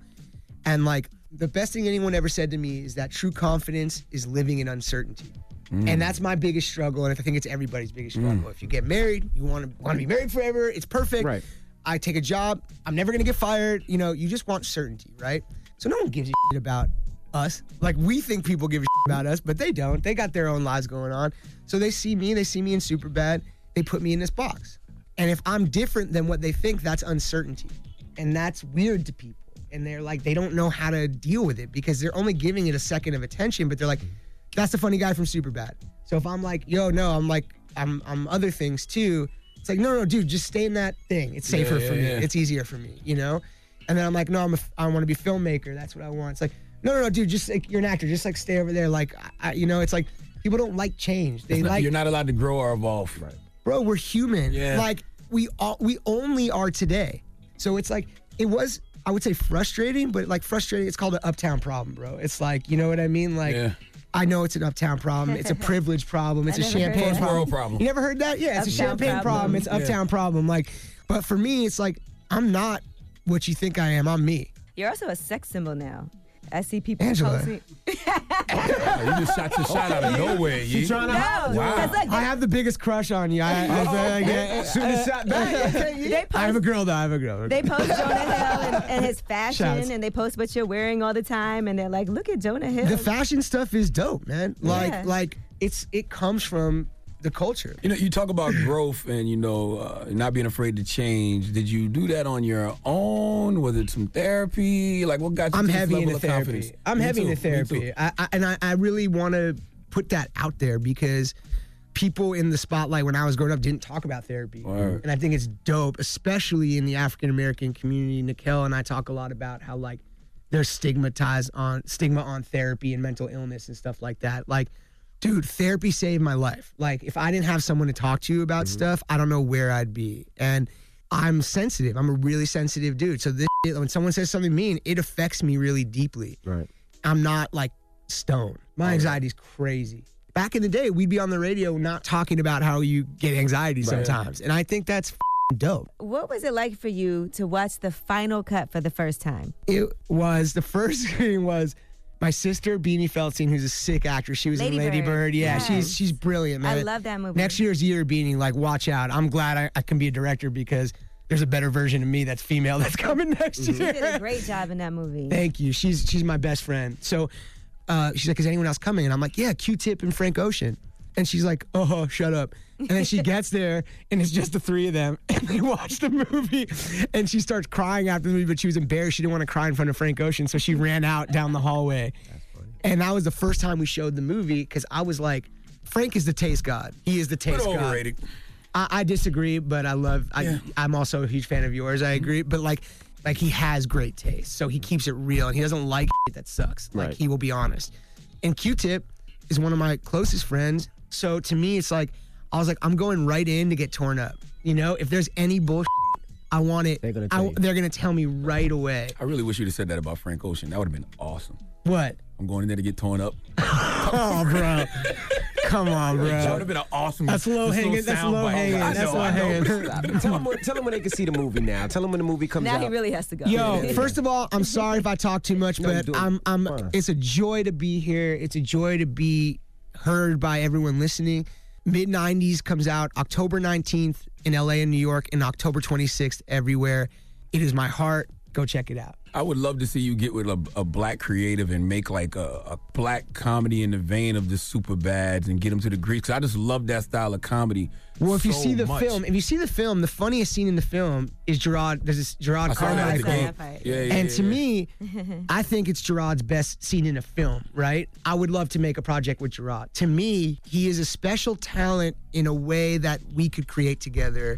Speaker 15: And like the best thing anyone ever said to me is that true confidence is living in uncertainty.
Speaker 16: Mm.
Speaker 15: And that's my biggest struggle, and I think it's everybody's biggest struggle.
Speaker 16: Mm.
Speaker 15: "Oh, If you get married, you want to want to be married forever. It's perfect. Right. I take a job. I'm never gonna get fired. You know, you just want certainty, right? So no one gives a shit about us. Like we think people give a shit about us, but they don't. They got their own lives going on. So they see me. They see me in super bad. They put me in this box. And if I'm different than what they think, that's uncertainty, and that's weird to people. And they're like, they don't know how to deal with it because they're only giving it a second of attention. But they're like, that's the funny guy from Superbad. So if I'm like, yo, no, I'm like, I'm I'm other things too. It's like, no, no, dude, just stay in that thing. It's
Speaker 16: Yeah,
Speaker 15: safer
Speaker 16: yeah,
Speaker 15: for me.
Speaker 16: yeah.
Speaker 15: It's easier for me, you know. And then I'm like, no, I'm a, f- I want to be a filmmaker. That's what I want. It's like, no, no, no, dude, just like you're an actor. Just like stay over there. Like, I, I- you know, it's like people don't like change. They
Speaker 5: It's not-
Speaker 15: like
Speaker 5: you're not allowed to grow or evolve. Right.
Speaker 15: bro, we're human.
Speaker 5: Yeah.
Speaker 15: Like we all we only are today. So it's like it was I would say frustrating, but like frustrating, it's called an uptown problem, bro. It's like, you know what I mean? Like
Speaker 5: Yeah.
Speaker 15: I know it's an uptown problem.
Speaker 5: (laughs)
Speaker 15: It's a privilege problem. It's
Speaker 5: I
Speaker 15: a
Speaker 5: never heard
Speaker 15: champagne
Speaker 5: that.
Speaker 15: problem.
Speaker 5: First world problem.
Speaker 15: You never heard that? Yeah, it's
Speaker 5: Uptown
Speaker 15: a champagne problem.
Speaker 5: problem.
Speaker 15: It's
Speaker 5: Yeah.
Speaker 15: uptown problem. Like, but for me, it's like I'm not what you think I am. I'm me.
Speaker 4: You're also a sex symbol now. I see people
Speaker 15: Angela.
Speaker 4: posting.
Speaker 5: Oh, you just shot your shot out of nowhere.
Speaker 15: She
Speaker 5: you
Speaker 15: trying to- I have the biggest crush on you.
Speaker 5: (laughs)
Speaker 15: I, I, I, I,
Speaker 5: Oh,
Speaker 15: I,
Speaker 4: Should've
Speaker 5: uh,
Speaker 4: shot back. They
Speaker 15: I have a girl though. I have a girl.
Speaker 4: They post Jonah Hill and, and his fashion,
Speaker 15: Shouts.
Speaker 4: and they post what you're wearing all the time, and they're like, "Look at Jonah Hill."
Speaker 15: The fashion stuff is dope, man. Like
Speaker 4: Yeah.
Speaker 15: like it's it comes from the culture.
Speaker 5: You know, you
Speaker 15: (clears throat)
Speaker 5: talk about growth and you know uh, not being afraid to change. Did you do that on your own? Was it some therapy? Like what got you?
Speaker 15: I'm
Speaker 5: to this
Speaker 15: heavy
Speaker 5: level
Speaker 15: into
Speaker 5: of
Speaker 15: therapy.
Speaker 5: confidence?
Speaker 15: I'm
Speaker 5: Me
Speaker 15: heavy
Speaker 5: too,
Speaker 15: into
Speaker 5: me too.
Speaker 15: therapy. I, I, and I, I really want to put that out there because people in the spotlight when I was growing up didn't talk about therapy.
Speaker 5: Word.
Speaker 15: And I think it's dope, especially in the African American community. Nikhil and I talk a lot about how like there's stigmatized on stigma on therapy and mental illness and stuff like that. Like, dude, therapy saved my life. Like, if I didn't have someone to talk to about stuff, I don't know where I'd be. And I'm sensitive. I'm a really sensitive dude. So this shit, when someone says something mean, it affects me really deeply.
Speaker 6: Right.
Speaker 15: I'm not like stone. My anxiety's crazy. Back in the day, we'd be on the radio not talking about how you get anxiety
Speaker 4: Right.
Speaker 15: sometimes. And I think that's f***ing dope.
Speaker 4: What was it like for you to watch the final cut for the first time?
Speaker 15: It was the (laughs) first screen was my sister Beanie Feldstein, who's a sick actress. She was
Speaker 4: Lady
Speaker 15: in Lady
Speaker 4: Bird.
Speaker 15: Bird. Yeah,
Speaker 4: Yes.
Speaker 15: she's she's brilliant,
Speaker 4: I
Speaker 15: man.
Speaker 4: love that movie.
Speaker 15: Next year's year Beanie, like watch out. I'm glad I, I can be a director because there's a better version of me that's female that's coming next
Speaker 4: you
Speaker 15: year.
Speaker 4: did a great job in that movie.
Speaker 15: Thank you. She's she's my best friend. So uh, she's like, is anyone else coming? And I'm like, yeah, Q-Tip and Frank Ocean. And she's like, oh, shut up. And then she gets there, and it's just the three of them, (laughs) and they watch the movie, and she starts crying after the movie, but she was embarrassed. She didn't want to cry in front of Frank Ocean, so she ran out down the hallway. And that was the first time we showed the movie because I was like, Frank is the taste god. He is the taste god.
Speaker 5: overrated.
Speaker 15: I, I disagree, but I love. I, I'm also a huge fan of yours. I agree, but like, like he has great taste, so he keeps it real, and he doesn't like (laughs) shit that sucks. Like
Speaker 6: Right.
Speaker 15: he will be honest. And Q-Tip is one of my closest friends, so to me, it's like I was like, I'm going right in to get torn up. You know, if there's any bullshit, I want it. They're gonna,
Speaker 5: tell you.
Speaker 15: they're gonna tell me right away.
Speaker 5: I really wish you'd have said that about Frank Ocean. That would have been awesome.
Speaker 15: What?
Speaker 5: I'm going in there to get torn up.
Speaker 15: Oh, bro.
Speaker 6: (laughs)
Speaker 15: Come on, bro.
Speaker 5: That would have been an awesome.
Speaker 15: That's low
Speaker 5: this little
Speaker 15: hanging- that's
Speaker 5: sound
Speaker 15: low
Speaker 5: bite.
Speaker 15: hanging,
Speaker 5: I
Speaker 15: that's
Speaker 5: know,
Speaker 15: low
Speaker 5: I know.
Speaker 15: hanging.
Speaker 6: tell them when, tell them when they can see the movie now. Tell them when the movie comes
Speaker 4: now
Speaker 6: out.
Speaker 4: he really has to go.
Speaker 15: Yo,
Speaker 4: (laughs)
Speaker 15: first of all, I'm sorry if I talk too much,
Speaker 6: No, you
Speaker 15: but
Speaker 6: do it.
Speaker 15: I'm I'm it's a joy to be here. It's a joy to be heard by everyone listening. Mid 90s comes out October 19th in LA and New York and October 26th everywhere. It is my heart. Go check it out.
Speaker 5: I would love to see you get with a, a black creative and make like a, a black comedy in the vein of the super bads and get them to the Greeks. I just love that style of comedy.
Speaker 15: Well, if you
Speaker 5: so
Speaker 15: see the
Speaker 5: much.
Speaker 15: film, if you see the film, the funniest scene in the film is Gerard. There's this Gerard
Speaker 5: I saw that at the
Speaker 15: Carmichael.
Speaker 5: game. Yeah, yeah,
Speaker 15: and
Speaker 5: yeah,
Speaker 15: to
Speaker 5: yeah.
Speaker 15: me, I think it's Gerard's best scene in a film, right? I would love to make a project with Gerard. To me, he is a special talent in a way that we could create together,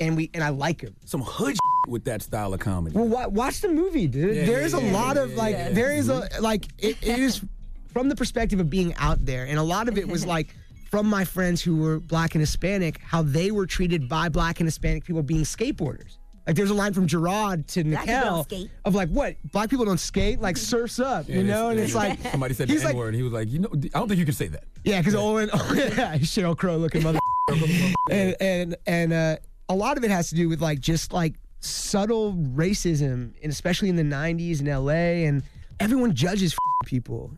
Speaker 15: and we and I like him.
Speaker 5: some hood with that style of comedy.
Speaker 15: Well, wa- watch the movie, dude.
Speaker 5: Yeah,
Speaker 15: there
Speaker 5: yeah,
Speaker 15: is a
Speaker 5: yeah,
Speaker 15: lot
Speaker 5: yeah,
Speaker 15: of
Speaker 5: yeah,
Speaker 15: like,
Speaker 5: yeah.
Speaker 15: there is a
Speaker 5: Mm-hmm.
Speaker 15: like, it, it is from the perspective of being out there, and a lot of it was like from my friends who were black and Hispanic, how they were treated by black and Hispanic people being skateboarders. Like, there's a line from Gerard to
Speaker 4: Black people don't
Speaker 15: Nickel
Speaker 4: skate.
Speaker 15: of like, what black people don't skate,
Speaker 4: (laughs)
Speaker 15: like surfs up,
Speaker 5: Yeah,
Speaker 15: you
Speaker 5: they-
Speaker 15: know? And
Speaker 5: they-
Speaker 15: it's like
Speaker 5: somebody said the
Speaker 15: he's
Speaker 5: N
Speaker 15: like,
Speaker 5: word. He was like, you know, I don't think you can say that.
Speaker 15: yeah, because Owen, (laughs) oh, yeah, Cheryl Crow looking mother, (laughs) and and and uh, a lot of it has to do with like just like subtle racism, and especially in the '90s in LA, and everyone judges (laughs) people,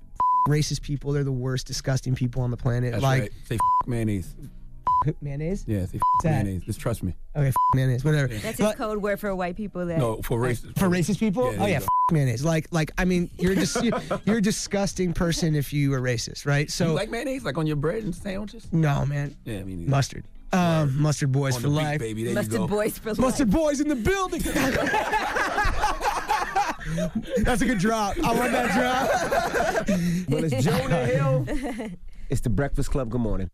Speaker 15: racist people. They're the worst, disgusting people on the planet.
Speaker 5: That's
Speaker 15: like
Speaker 5: right. Say mayonnaise.
Speaker 15: (laughs) mayonnaise.
Speaker 5: Yeah, say
Speaker 15: that?
Speaker 5: mayonnaise. Just trust me.
Speaker 15: Okay, (laughs) mayonnaise, whatever.
Speaker 4: That's his
Speaker 15: But-
Speaker 4: code word for white people. That
Speaker 5: No, for racist.
Speaker 15: for racist people,
Speaker 5: Yeah,
Speaker 15: oh
Speaker 5: there you
Speaker 15: yeah,
Speaker 5: go.
Speaker 15: mayonnaise. Like, like I mean, you're just (laughs) you're a disgusting person if you are racist, right? So
Speaker 5: you like mayonnaise, like on your bread and sandwiches?
Speaker 15: no, man,
Speaker 5: Yeah, I mean,
Speaker 15: mustard, um, mustard boys
Speaker 5: On
Speaker 15: for
Speaker 5: the beat,
Speaker 15: life,
Speaker 5: baby. There you Mustard go. boys for
Speaker 15: mustard boys in the building.
Speaker 5: (laughs)
Speaker 15: That's a good drop. I want that drop.
Speaker 5: (laughs)
Speaker 6: Well,
Speaker 4: (laughs)
Speaker 6: it's Jonah Hill. It's the Breakfast Club. Good morning.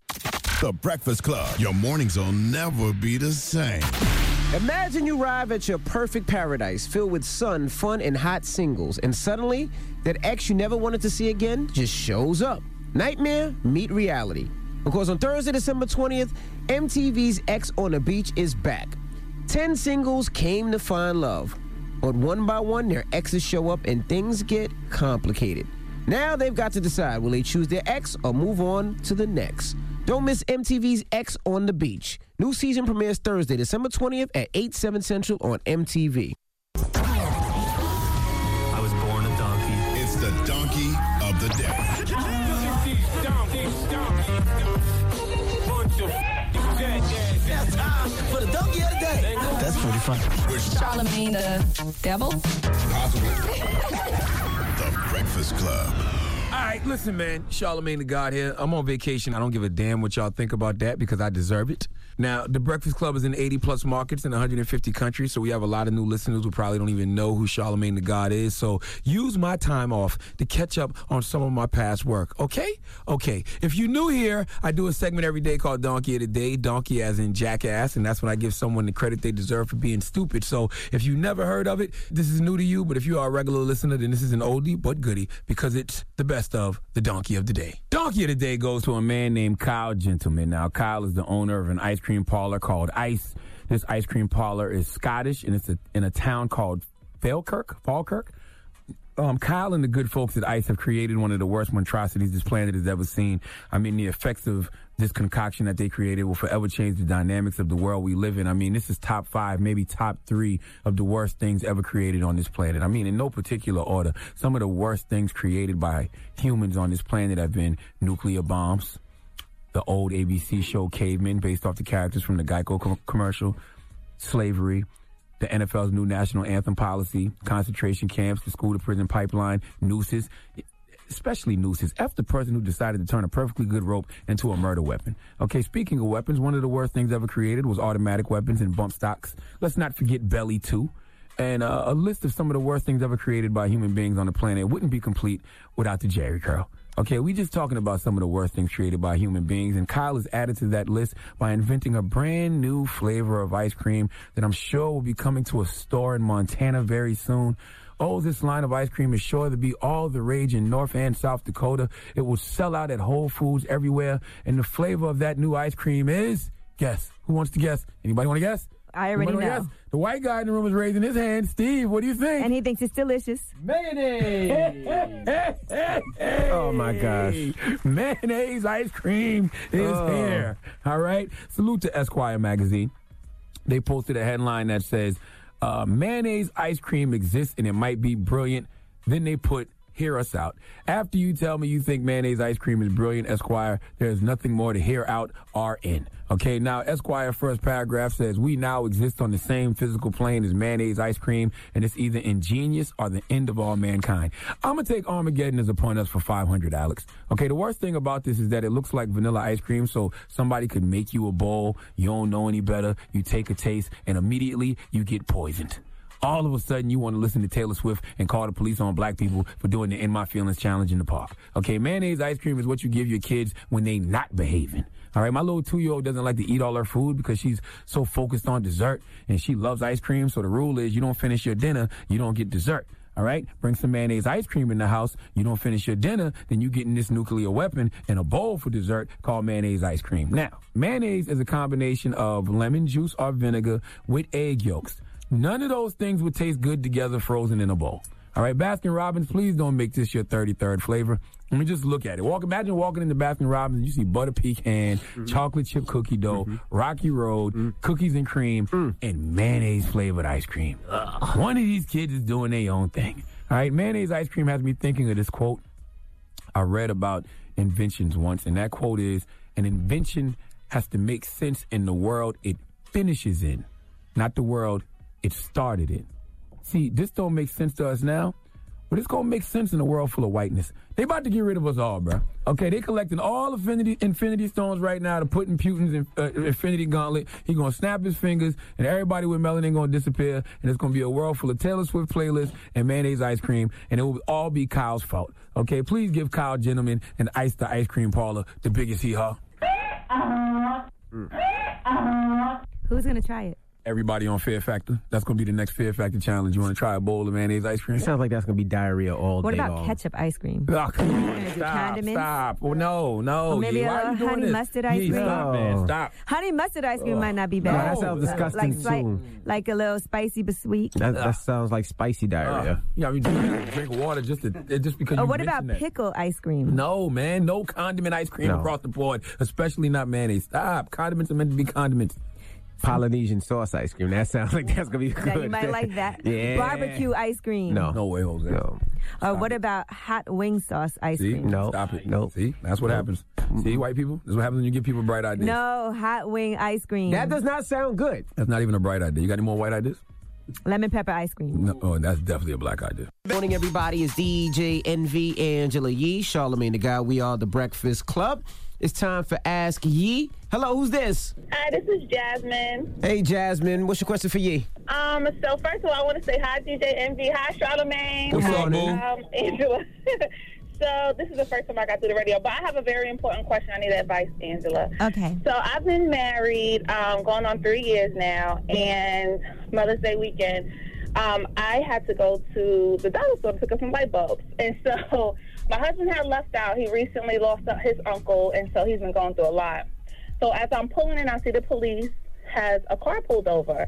Speaker 2: The Breakfast Club. Your mornings will never be the same.
Speaker 6: Imagine you arrive at your perfect paradise filled with sun, fun, and hot singles, and suddenly that ex you never wanted to see again just shows up. Nightmare meet reality. Because on Thursday, December 20th, MTV's X on the Beach is back. Ten singles came to find love. But one by one, their exes show up and things get complicated. Now they've got to decide will they choose their ex or move on to the next? Don't miss MTV's X on the Beach. New season premieres Thursday, December 20th at 8, 7 central on MTV.
Speaker 2: I was born a donkey. It's the donkey of the day.
Speaker 7: day. That's pretty funny.
Speaker 16: Charlemagne the devil?
Speaker 2: The Breakfast Club.
Speaker 5: All right, listen, man. Charlemagne the God here. I'm on vacation. I don't give a damn what y'all think about that because I deserve it. Now, the Breakfast Club is in 80 plus markets in 150 countries, so we have a lot of new listeners who probably don't even know who Charlemagne the God is. So use my time off to catch up on some of my past work, okay? Okay. If you're new here, I do a segment every day called Donkey of the Day, Donkey as in jackass, and that's when I give someone the credit they deserve for being stupid. So if you never heard of it, this is new to you, but if you are a regular listener, then this is an oldie but goodie because it's the best of the Donkey of the Day. Donkey of the Day goes to a man named Kyle Gentleman. Now, Kyle is the owner of an ice cream parlor called Ice. This ice cream parlor is Scottish and it's a, in a town called Falkirk. Falkirk. Um, Kyle and the good folks at ICE have created one of the worst monstrosities this planet has ever seen. I mean, the effects of this concoction that they created will forever change the dynamics of the world we live in. I mean, this is top five, maybe top three of the worst things ever created on this planet. I mean, in no particular order, some of the worst things created by humans on this planet have been nuclear bombs, the old ABC show Cavemen, based off the characters from the Geico co- commercial, slavery, the NFL's new national anthem policy, concentration camps, the school to prison pipeline, nooses, especially nooses. F the person who decided to turn a perfectly good rope into a murder weapon. Okay, speaking of weapons, one of the worst things ever created was automatic weapons and bump stocks. Let's not forget Belly too. And uh, a list of some of the worst things ever created by human beings on the planet wouldn't be complete without the Jerry Curl. Okay, we just talking about some of the worst things created by human beings, and Kyle is added to that list by inventing a brand new flavor of ice cream that I'm sure will be coming to a store in Montana very soon. Oh, this line of ice cream is sure to be all the rage in North and South Dakota. It will sell out at Whole Foods everywhere, and the flavor of that new ice cream is guess. Who wants to guess? Anybody want to guess?
Speaker 4: I already
Speaker 5: Anybody wanna
Speaker 4: know.
Speaker 5: guess? The white guy in the room is raising his
Speaker 4: (laughs)
Speaker 5: hand. Steve, what do you think?
Speaker 4: And he thinks it's delicious.
Speaker 5: (laughs) Mayonnaise. Oh my gosh. Mayonnaise ice cream is
Speaker 6: Oh.
Speaker 5: here. (laughs) All right. Salute to Esquire magazine. They posted a headline that says, uh, mayonnaise ice cream exists and it might be brilliant. Then they put, hear us out. After you tell me you think mayonnaise ice cream is brilliant, Esquire, there is nothing more to hear out or in. Okay, now Esquire first paragraph says, we now exist on the same physical plane as mayonnaise ice cream and it's either ingenious or the end of all mankind. I'm gonna take Armageddon is upon us for 500, Alex. Okay, the worst thing about this is that it looks like vanilla ice cream, so somebody could make you a bowl, you don't know any better, you take a taste, and immediately you get poisoned. All of a sudden, you want to listen to Taylor Swift and call the police on black people for doing the In My Feelings challenge in the park. Okay, mayonnaise ice cream is what you give your kids when they not behaving. All right, my little two year old doesn't like to eat all her food because she's so focused on dessert and she loves ice cream. So the rule is you don't finish your dinner, you don't get dessert. All right, bring some mayonnaise ice cream in the house. You don't finish your dinner, then you getting this nuclear weapon and a bowl for dessert called mayonnaise ice cream. Now, mayonnaise is a combination of lemon juice or vinegar with egg yolks. None of those things would taste good together frozen in a bowl. All right, Baskin Robbins, please don't make this your 33rd flavor. Let me just look at it. Walk, imagine walking into Baskin Robbins and you see butter pecan, chocolate chip cookie dough, Rocky Road, cookies and cream, and mayonnaise flavored ice cream. Ugh. One of these kids is doing their own thing. All right, mayonnaise ice cream has me thinking of this quote I read about inventions once, and that quote is an invention has to make sense in the world it finishes in, not the world it started in. See, this don't make sense to us now, but it's gonna make sense in a world full of whiteness. They about to get rid of us all, bro. Okay, they collecting all infinity infinity stones right now to put in Putin's in, uh, infinity gauntlet. He gonna snap his fingers, and everybody with melanin gonna disappear, and it's gonna be a world full of Taylor Swift playlists and mayonnaise ice cream, and it will all be Kyle's fault. Okay, please give Kyle Gentleman and Ice the Ice Cream Parlor the biggest hee haw. Mm.
Speaker 4: Who's gonna try it?
Speaker 5: Everybody on Fear Factor. That's gonna be the next Fear Factor challenge. You wanna try a bowl of mayonnaise ice cream?
Speaker 6: Sounds like that's gonna be diarrhea all
Speaker 4: What
Speaker 6: day
Speaker 4: about
Speaker 6: long.
Speaker 4: ketchup ice cream?
Speaker 5: Ugh, stop,
Speaker 4: condiments?
Speaker 5: stop. Oh, no, no.
Speaker 4: Or maybe
Speaker 5: Yee, why
Speaker 4: a
Speaker 5: you doing
Speaker 4: honey
Speaker 5: this?
Speaker 4: mustard ice
Speaker 5: Yee,
Speaker 4: cream.
Speaker 5: Stop,
Speaker 6: Oh.
Speaker 5: man, stop.
Speaker 4: Honey mustard ice cream might not be
Speaker 6: No,
Speaker 4: bad.
Speaker 6: that sounds disgusting,
Speaker 4: like, slight-
Speaker 6: too.
Speaker 4: like a little spicy but sweet.
Speaker 6: That, uh, that sounds like spicy diarrhea.
Speaker 5: Yeah, I mean, drink, drink water just to, it- just because.
Speaker 4: or
Speaker 5: you
Speaker 4: what about
Speaker 5: mentioned that.
Speaker 4: pickle ice
Speaker 6: (laughs)
Speaker 4: cream?
Speaker 5: No, man, no condiment ice cream
Speaker 4: No.
Speaker 5: across the board, especially not mayonnaise. Stop. Condiments are meant to be condiments.
Speaker 6: Polynesian sauce ice cream. That sounds like that's gonna be good.
Speaker 4: Yeah, you might like that.
Speaker 6: (laughs) Yeah.
Speaker 4: Barbecue ice cream.
Speaker 6: No,
Speaker 5: no way, Jose. No.
Speaker 4: Or what about hot wing sauce ice
Speaker 5: See?
Speaker 4: cream?
Speaker 5: Stop it. No. See? That's what
Speaker 6: Nope.
Speaker 5: happens. See, white people? This is what happens when you give people bright ideas.
Speaker 4: No, hot wing ice cream.
Speaker 5: That
Speaker 6: does not sound good.
Speaker 5: That's not even a bright idea. You got any more white ideas?
Speaker 4: Lemon pepper ice cream.
Speaker 5: No. Oh, that's definitely a black idea.
Speaker 6: Morning, everybody. It's DJ NV Angela Yee, Charlemagne the Guy. We are the Breakfast Club. It's time for Ask Yee. Hello, who's this?
Speaker 17: Hi, this is Jasmine.
Speaker 6: Hey, Jasmine. What's your question for Yee?
Speaker 17: Um, so first of all, I want to say hi, DJ Envy. Hi, Charlemagne.
Speaker 6: What's
Speaker 17: hi,
Speaker 6: up, boo?
Speaker 17: um, (laughs) Angela. so this is the first time I got through the radio, but I have a very important question. I need advice, Angela.
Speaker 4: Okay.
Speaker 17: So I've been married, um, going on three years now, and Mother's Day weekend, um, I had to go to the dollar store to pick up some light bulbs. (laughs) And so my husband had left out. He recently lost his uncle, and so he's been going through a lot. So as I'm pulling in, I see the police has a car pulled over.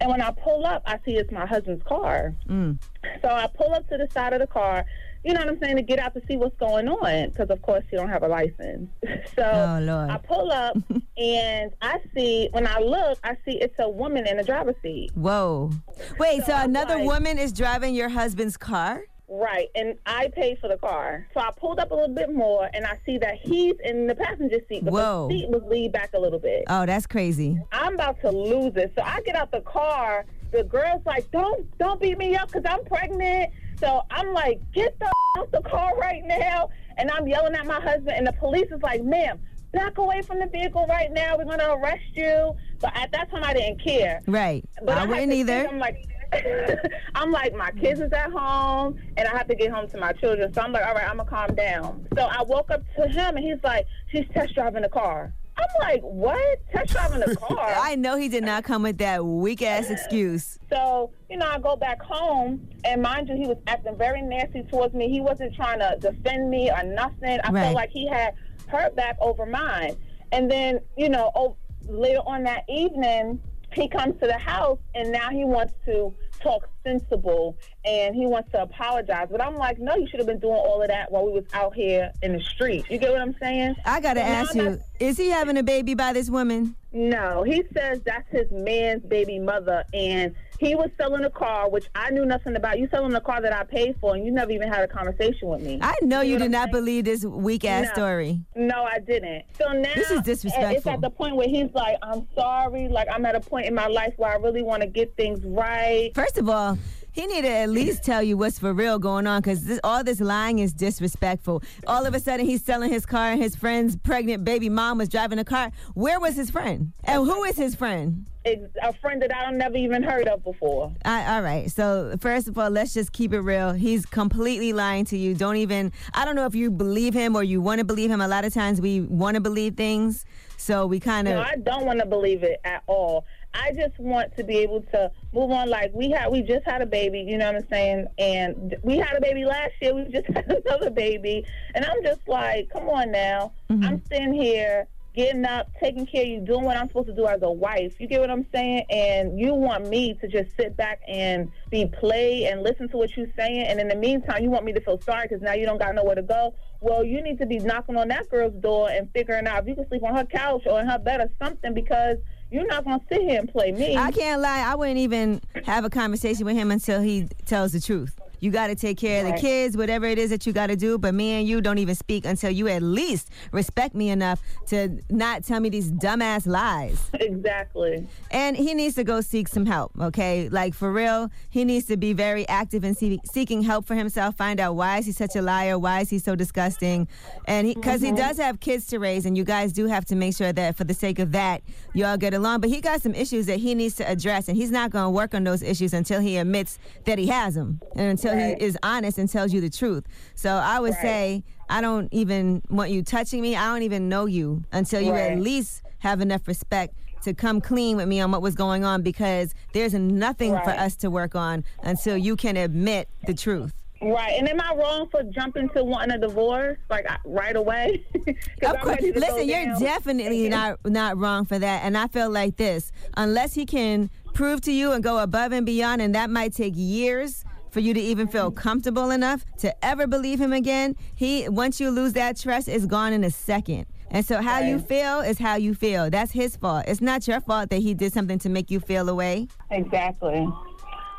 Speaker 17: And when I pull up, I see it's my husband's car.
Speaker 4: Mm.
Speaker 17: So I pull up to the side of the car, you know what I'm saying, to get out to see what's going on, because of course he don't have a license. (laughs) So
Speaker 4: Oh, Lord.
Speaker 17: I pull
Speaker 4: (laughs)
Speaker 17: up and I see, when I look, I see it's a woman in the driver's seat.
Speaker 4: Whoa. Wait, so, another woman is driving your husband's car?
Speaker 17: Right, and I paid for the car. So I pulled up a little bit more and I see that he's in the passenger seat, but
Speaker 4: Whoa.
Speaker 17: the seat was lead back a little bit.
Speaker 4: Oh, that's crazy.
Speaker 17: I'm about to lose it. So I get out the car. The girl's like, "Don't, don't beat me up, cause I'm pregnant." So I'm like, "Get the out the car right now!" And I'm yelling at my husband, and the police is like, "Ma'am, back away from the vehicle right now. We're gonna arrest you." But at that time, I didn't care.
Speaker 4: Right.
Speaker 17: But
Speaker 4: I
Speaker 17: had
Speaker 4: wouldn't
Speaker 17: to think,
Speaker 4: either.
Speaker 17: I'm like, (laughs) I'm like, my kids is at home, and I have to get home to my children. So I'm like, all right, I'm gonna calm down. So I woke up to him, and he's like, she's test driving the car. I'm like, what? Test driving
Speaker 4: (laughs)
Speaker 17: the car?
Speaker 4: I know he did not come with that weak ass excuse.
Speaker 17: So, you know, I go back home, and mind you, he was acting very nasty towards me. He wasn't trying to defend me or nothing. I
Speaker 18: Right.
Speaker 17: felt like he had her back over mine. And then, you know, oh, later on that evening, he comes to the house, and now he wants to talk sensible and he wants to apologize. But I'm like, no, you should have been doing all of that while we was out here in the street. You get what I'm saying?
Speaker 4: I gotta
Speaker 17: So now
Speaker 4: ask
Speaker 17: I'm
Speaker 4: you, is he having a baby by this woman?
Speaker 17: No, he says that's his man's baby mother, and he was selling a car, which I knew nothing about. You selling a car that I paid for, and you never even had a conversation with me.
Speaker 4: I know you did not believe this weak ass
Speaker 17: No.
Speaker 4: story.
Speaker 17: No, I didn't. So now
Speaker 4: This is
Speaker 17: It's
Speaker 4: disrespectful.
Speaker 17: at the point where he's like, "I'm sorry. Like I'm at a point in my life where I really want to get things right."
Speaker 4: First of all, he need to at least tell you what's for real going on because this, all this lying is disrespectful. All of a sudden, he's selling his car and his friend's pregnant baby mom was driving a car. Where was his friend? And who is his friend?
Speaker 17: It's a friend that I never even heard of before.
Speaker 4: I, all right. So first of all, let's just keep it real. He's completely lying to you. Don't even. I don't know if you believe him or you want to believe him. A lot of times we want to believe things, so we kind of.
Speaker 17: No, I don't want to believe it at all. I just want to be able to move on. Like we had, we just had a baby. You know what I'm saying? And th- we had a baby last year. We just (laughs) had another baby, and I'm just like, come on now.
Speaker 4: Mm-hmm.
Speaker 17: I'm sitting here getting up, taking care of you, doing what I'm supposed to do as a wife. You get what I'm saying? And you want me to just sit back and be play and listen to what you're saying, and in the meantime, you want me to feel sorry because now you don't got nowhere to go. Well, you need to be knocking on that girl's door and figuring out if you can sleep on her couch or in her bed or something because you're not gonna sit here and play me.
Speaker 4: I can't lie. I wouldn't even have a conversation with him until he tells the truth. You got to take care of the
Speaker 17: Right.
Speaker 4: kids, whatever it is that you got to do. But me and you don't even speak until you at least respect me enough to not tell me these dumbass lies.
Speaker 17: (laughs) Exactly.
Speaker 4: And he needs to go seek some help, okay? Like for real, he needs to be very active in see- seeking help for himself. Find out why is he such a liar? Why is he so disgusting? And because he,
Speaker 17: Mhm.
Speaker 4: does have kids to raise, and you guys do have to make sure that for the sake of that, y'all get along. But he got some issues that he needs to address, and he's not going to work on those issues until he admits that he has them and until
Speaker 17: Right.
Speaker 4: he is honest and tells you the truth. So I would
Speaker 17: Right.
Speaker 4: say. I don't even want you touching me. I don't even know you until you at
Speaker 17: Right.
Speaker 4: least have enough respect to come clean with me on what was going on because there's nothing for
Speaker 17: Right.
Speaker 4: us to work on until you can admit the truth.
Speaker 17: Right. And am I wrong for jumping to wanting a divorce like I- right away? (laughs)
Speaker 4: Of course. Listen, you're definitely not not wrong for that. And I feel like this, unless he can prove to you and go above and beyond, and that might take years for you to even feel comfortable enough to ever believe him again. He once you lose that trust, it's gone in a second. And so how you feel is how you feel. That's his fault. It's not your fault that he did something to make you feel away.
Speaker 17: Exactly.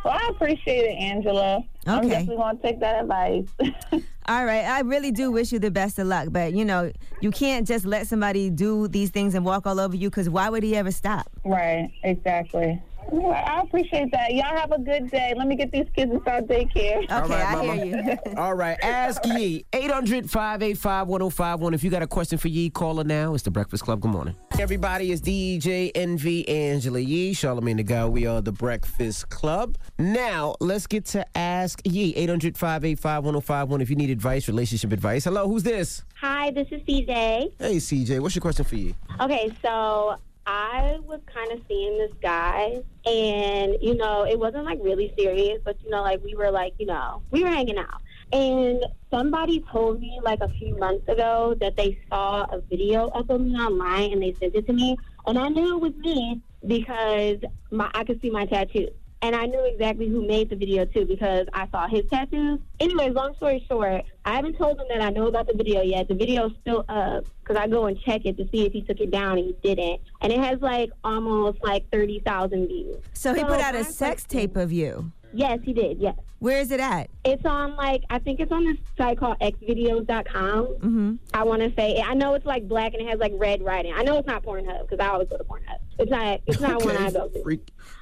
Speaker 17: Well, I appreciate it, Angela. I'm
Speaker 4: Okay.
Speaker 17: definitely going to take that advice. (laughs)
Speaker 4: All right, I really do wish you the best of luck, but you know, you can't just let somebody do these things and walk all over you because why would he ever stop?
Speaker 17: Right, exactly. Well, I appreciate that. Y'all have a good day. Let me get these kids to start daycare. Okay,
Speaker 19: (laughs)
Speaker 6: All right, ask Yee. 800 585 1051. If you got a question for Yee, call her now. It's the Breakfast Club. Good morning. Everybody, it's DJ NV Angela Yee, Charlemagne the Guy. We are the Breakfast Club. Now, let's get to Ask Yee. 800 585 1051. If you need advice, relationship advice. Hello, who's this?
Speaker 18: Hi, this is CJ.
Speaker 6: Hey, CJ, what's your question for Yee?
Speaker 18: Okay, so I was kind of seeing this guy, and you know, it wasn't like really serious, but you know, like we were like, you know, we were hanging out. And somebody told me like a few months ago that they saw a video of me online and they sent it to me. And I knew it was me because my I could see my tattoo. And I knew exactly who made the video too because I saw his tattoos. Anyways, long story short, I haven't told him that I know about the video yet. The video's still up because I go and check it to see if he took it down and he didn't. And it has like almost like 30,000 views.
Speaker 4: So he put out
Speaker 18: my
Speaker 4: a sex tape of you.
Speaker 18: Yes, he did. Yes.
Speaker 4: Where is it at?
Speaker 18: It's on like I think it's on this site called xvideos.com.
Speaker 4: Mm-hmm.
Speaker 18: I want to say I know it's like black and it has like red writing. I know it's not Pornhub because I always go to Pornhub. It's not. It's not one I go to.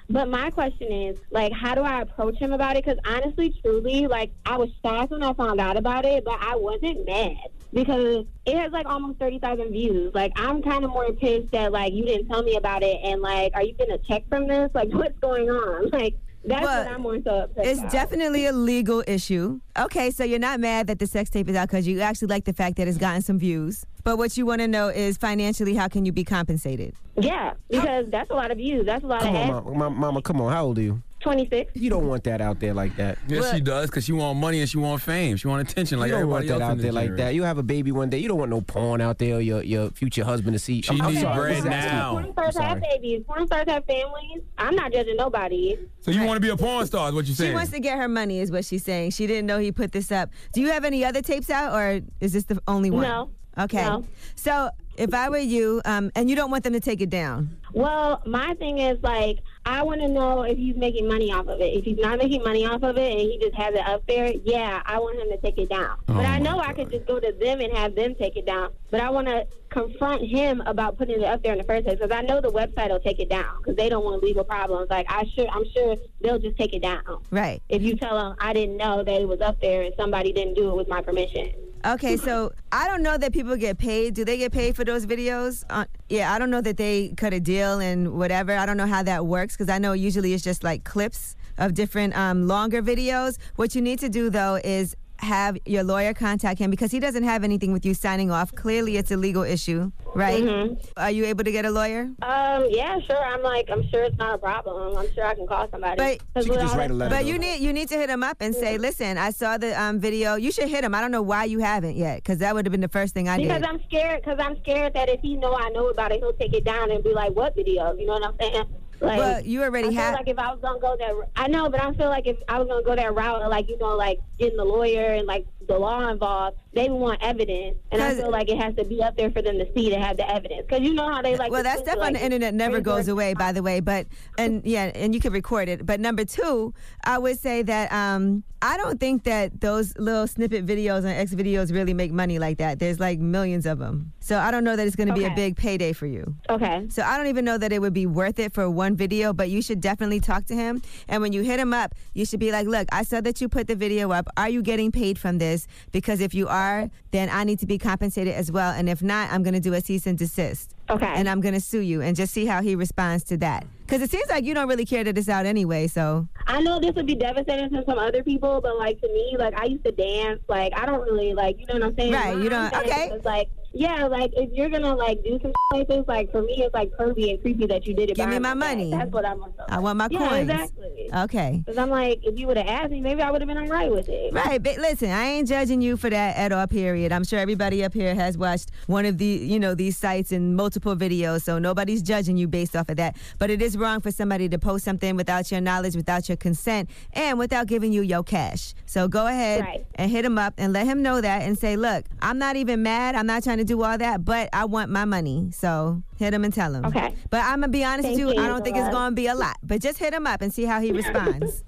Speaker 18: But my question is like, how do I approach him about it? Because honestly, truly, like I was shocked when I found out about it, but I wasn't mad because it has like almost thirty thousand views. Like I'm kind of more pissed that like you didn't tell me about it and like are you gonna check from this? Like (laughs) what's going on? Like that's
Speaker 4: Well,
Speaker 18: what I'm more so upset.
Speaker 4: It's
Speaker 18: about.
Speaker 4: definitely a legal issue. Okay, so you're not mad that the sex tape is out because you actually like the fact that it's gotten some views. But what you want to know is financially, how can you be compensated?
Speaker 18: Yeah, because that's a lot of views. That's a lot
Speaker 6: Come
Speaker 18: of ads.
Speaker 6: on, mama, mama, come on. How old are you?
Speaker 18: 26.
Speaker 6: You don't want that out there like that.
Speaker 5: Yes, she does, because she want money and she want fame. She want attention like
Speaker 6: you don't want
Speaker 5: everybody
Speaker 6: that
Speaker 5: else
Speaker 6: out
Speaker 5: in
Speaker 6: there
Speaker 5: this
Speaker 6: like that.
Speaker 5: generation.
Speaker 6: You have a baby one day. You don't want no porn out there. Your your future husband to see.
Speaker 5: She needs bread now.
Speaker 18: Porn stars have babies. Porn stars have families. I'm not judging nobody.
Speaker 5: So you want to be a porn star is what you
Speaker 4: She
Speaker 5: saying.
Speaker 4: wants to get her money, is what she's saying. She didn't know he put this up. Do you have any other tapes out, or is this the only one?
Speaker 18: No.
Speaker 4: Okay.
Speaker 18: No.
Speaker 4: So if I were you, um, and you don't want them to take it down,
Speaker 18: Well, my thing is like I want to know if he's making money off of it. If he's not making money off of it and he just has it up there, yeah, I want him to take it down. but I know I could just go to them and have them take it down. But I want to confront him about putting it up there in the first place because I know the website will take it down because they don't want legal problems. Like I sure, I'm sure they'll just take it down.
Speaker 4: right?
Speaker 18: If you tell them I didn't know that it was up there and somebody didn't do it with my permission.
Speaker 4: Okay, so I don't know that people get paid. Do they get paid for those videos? Uh, yeah, I don't know that they cut a deal and whatever. I don't know how that works because I know usually it's just like clips of different um, longer videos. What you need to do though is have your lawyer contact him because he doesn't have anything with you signing off. Clearly, it's a legal issue, right?
Speaker 18: Mm-hmm.
Speaker 4: Are you able to get a lawyer?
Speaker 18: Um, yeah, sure. I'm like, I'm sure it's not a problem. I'm sure I can call somebody.
Speaker 4: But
Speaker 18: 'Cause with all that
Speaker 4: But
Speaker 18: stuff-
Speaker 4: you need you need to hit him up and say, listen, I saw the um, video. You should hit him. I don't know why you haven't yet because that would have been the first thing I did.
Speaker 18: because I'm scared. Because I'm scared that if he know I know about it, he'll take it down and be like, "What video?" You know what I'm saying? Like,
Speaker 4: Well, you already
Speaker 18: I feel
Speaker 4: have-
Speaker 18: Like if I was gonna go that, I know, but I feel like if I was gonna go that route, of like you know, like getting the lawyer and like the law involved, they would want evidence, and I feel like it has to be up there for them to see to have the evidence. Because you know how they like.
Speaker 4: well
Speaker 18: to
Speaker 4: that
Speaker 18: push
Speaker 4: stuff
Speaker 18: it,
Speaker 4: on
Speaker 18: like,
Speaker 4: the internet never goes away by the way but and yeah and you can record it but number two i would say that um i don't think that those little snippet videos and x videos really make money like that there's like millions of them so i don't know that it's going to be a
Speaker 18: Okay.
Speaker 4: big payday for you
Speaker 18: Okay.
Speaker 4: so i don't even know that it would be worth it for one video but you should definitely talk to him and when you hit him up you should be like look i saw that you put the video up are you getting paid from this because if you are then i need to be compensated as well and if not i'm going to do a cease and desist
Speaker 18: Okay.
Speaker 4: and I'm going to sue you and just see how he responds to that. Because it seems like you don't really care that it's out anyway, so.
Speaker 18: I know this would be devastating to some other people, but like to me, like I used to dance. Like I don't really like you know what I'm saying.
Speaker 4: Right, you
Speaker 18: I'm
Speaker 4: don't-
Speaker 18: saying
Speaker 4: okay.
Speaker 18: It's like yeah, like if you're gonna like do some like this, like for me, it's like pervy and creepy that you did it.
Speaker 4: Give me
Speaker 18: behind
Speaker 4: my
Speaker 18: back.
Speaker 4: money.
Speaker 18: That's what I'm. gonna
Speaker 4: I want my
Speaker 18: yeah,
Speaker 4: coins.
Speaker 18: exactly.
Speaker 4: Okay.
Speaker 18: Because I'm like, if you would have asked me, maybe I would have been all right with it.
Speaker 4: Right, but listen, I ain't judging you for that at all. Period. I'm sure everybody up here has watched one of the, you know, these sites and multiple videos, so nobody's judging you based off of that. But it is wrong for somebody to post something without your knowledge, without your consent, and without giving you your cash. So go ahead
Speaker 18: Right.
Speaker 4: and hit him up and let him know that, and say, look, I'm not even mad. I'm not trying to do all that, but I want my money. So hit him and tell him.
Speaker 18: Okay.
Speaker 4: But I'm gonna be honest
Speaker 18: Thank
Speaker 4: with you.
Speaker 18: you,
Speaker 4: I don't think it's
Speaker 18: Angela.
Speaker 4: gonna be a lot. But just hit him up and see
Speaker 18: (laughs)
Speaker 4: how he responds.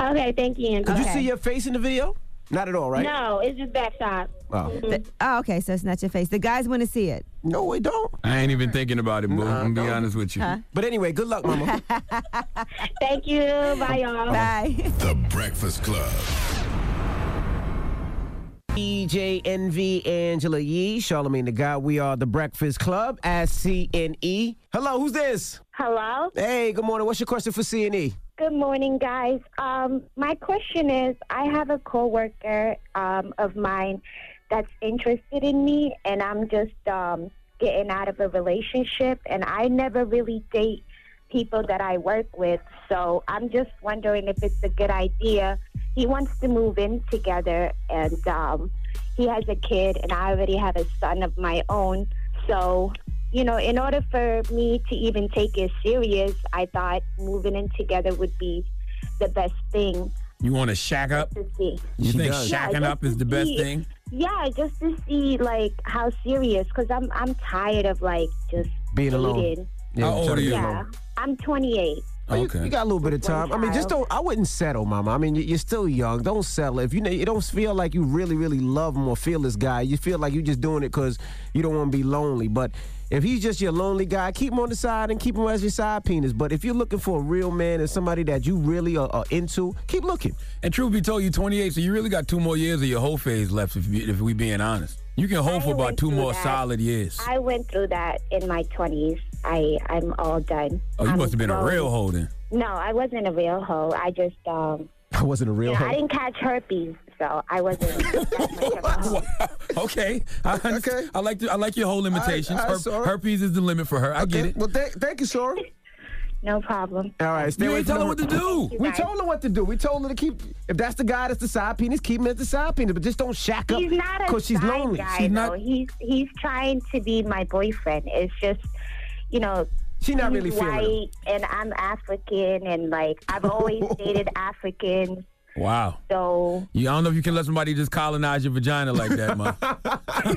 Speaker 18: okay. Thank you.
Speaker 6: Did you see your face in the video? Not at all, right?
Speaker 18: No, it's just backshot.
Speaker 6: Oh.
Speaker 4: The- oh, okay. So it's not your face. The guys want to see it.
Speaker 6: No, it don't.
Speaker 5: I ain't even thinking about it, boo. I'm gonna be honest with you.
Speaker 4: Huh?
Speaker 6: But anyway, good luck, mama.
Speaker 18: Thank you. Bye, y'all.
Speaker 4: Bye.
Speaker 2: The Breakfast Club.
Speaker 6: DJ NV Angela Yee, Charlemagne the Guy. We are the Breakfast Club at CNE. Hello, who's this?
Speaker 20: Hello.
Speaker 6: Hey, good morning. What's your question for E? CNE?
Speaker 20: Good morning, guys. Um, my question is I have a coworker um, of mine that's interested in me, and I'm just um, getting out of a relationship, and I never really date people that I work with. So I'm just wondering if it's a good idea. He wants to move in together, and um, he has a kid, and I already have a son of my own. So you know, in order for me to even take it serious, I thought moving in together would be the best thing
Speaker 5: You want to shack up?
Speaker 20: to see.
Speaker 5: You think
Speaker 20: does.
Speaker 5: Oh, shacking
Speaker 20: Yeah,
Speaker 5: up is the best
Speaker 20: see-
Speaker 5: thing?
Speaker 20: Yeah, just to see like how serious, because I'm I'm tired of like just
Speaker 6: Being alone.
Speaker 20: dating.
Speaker 6: How old are you?
Speaker 20: Yeah, I'm 28.
Speaker 5: Oh,
Speaker 6: Okay. You got a little bit of time. I mean, just don't. I wouldn't settle, Mama. I mean, you- you're still young. Don't settle. If you know, you don't feel like you really, really love him or feel this guy, you feel like you're just doing it because you don't want to be lonely. But if he's just your lonely guy, keep him on the side and keep him as your side penis. But if you're looking for a real man and somebody that you really are, are into, keep looking.
Speaker 5: And truth be told, you 28, so you really got two more years of your whole phase left. If, you, if we being honest, you can hold for about two more solid years.
Speaker 20: I went through that in my 20s. I I'm all done.
Speaker 5: Oh, you
Speaker 20: I'm
Speaker 5: must have been a
Speaker 20: grown.
Speaker 5: real holding.
Speaker 20: No, I wasn't a real hoe. I just um,
Speaker 6: I wasn't a real
Speaker 20: you know, I
Speaker 6: hoe.
Speaker 20: didn't catch herpes, so I wasn't.
Speaker 5: (laughs) Okay, I, okay. I like the, I like your whole limitations.
Speaker 20: I- I
Speaker 5: Her-
Speaker 20: saw it.
Speaker 5: herpes is the limit for her. I get it.
Speaker 6: (laughs) Well, Uh, thank, thank you, Sora.
Speaker 20: No problem.
Speaker 6: All right, stay
Speaker 5: You
Speaker 6: away
Speaker 5: ain't
Speaker 6: from
Speaker 5: tell her
Speaker 6: the-
Speaker 5: what to do.
Speaker 6: We told her what to do. We told her to keep. If that's the guy, that's the side penis. Keep him as the side penis, but just don't shack up
Speaker 20: He's not a
Speaker 6: because she's
Speaker 20: side
Speaker 6: lonely.
Speaker 20: guy,
Speaker 6: she's
Speaker 20: though. He's he's trying to be my boyfriend. It's just, you know,
Speaker 6: She not
Speaker 20: he's
Speaker 6: really feeling
Speaker 20: white,
Speaker 6: him.
Speaker 20: and I'm African, and like I've
Speaker 6: (laughs)
Speaker 20: always dated Africans.
Speaker 5: Wow.
Speaker 20: So
Speaker 5: Yeah, I don't know if you can let somebody just colonize your vagina like that, man. (laughs)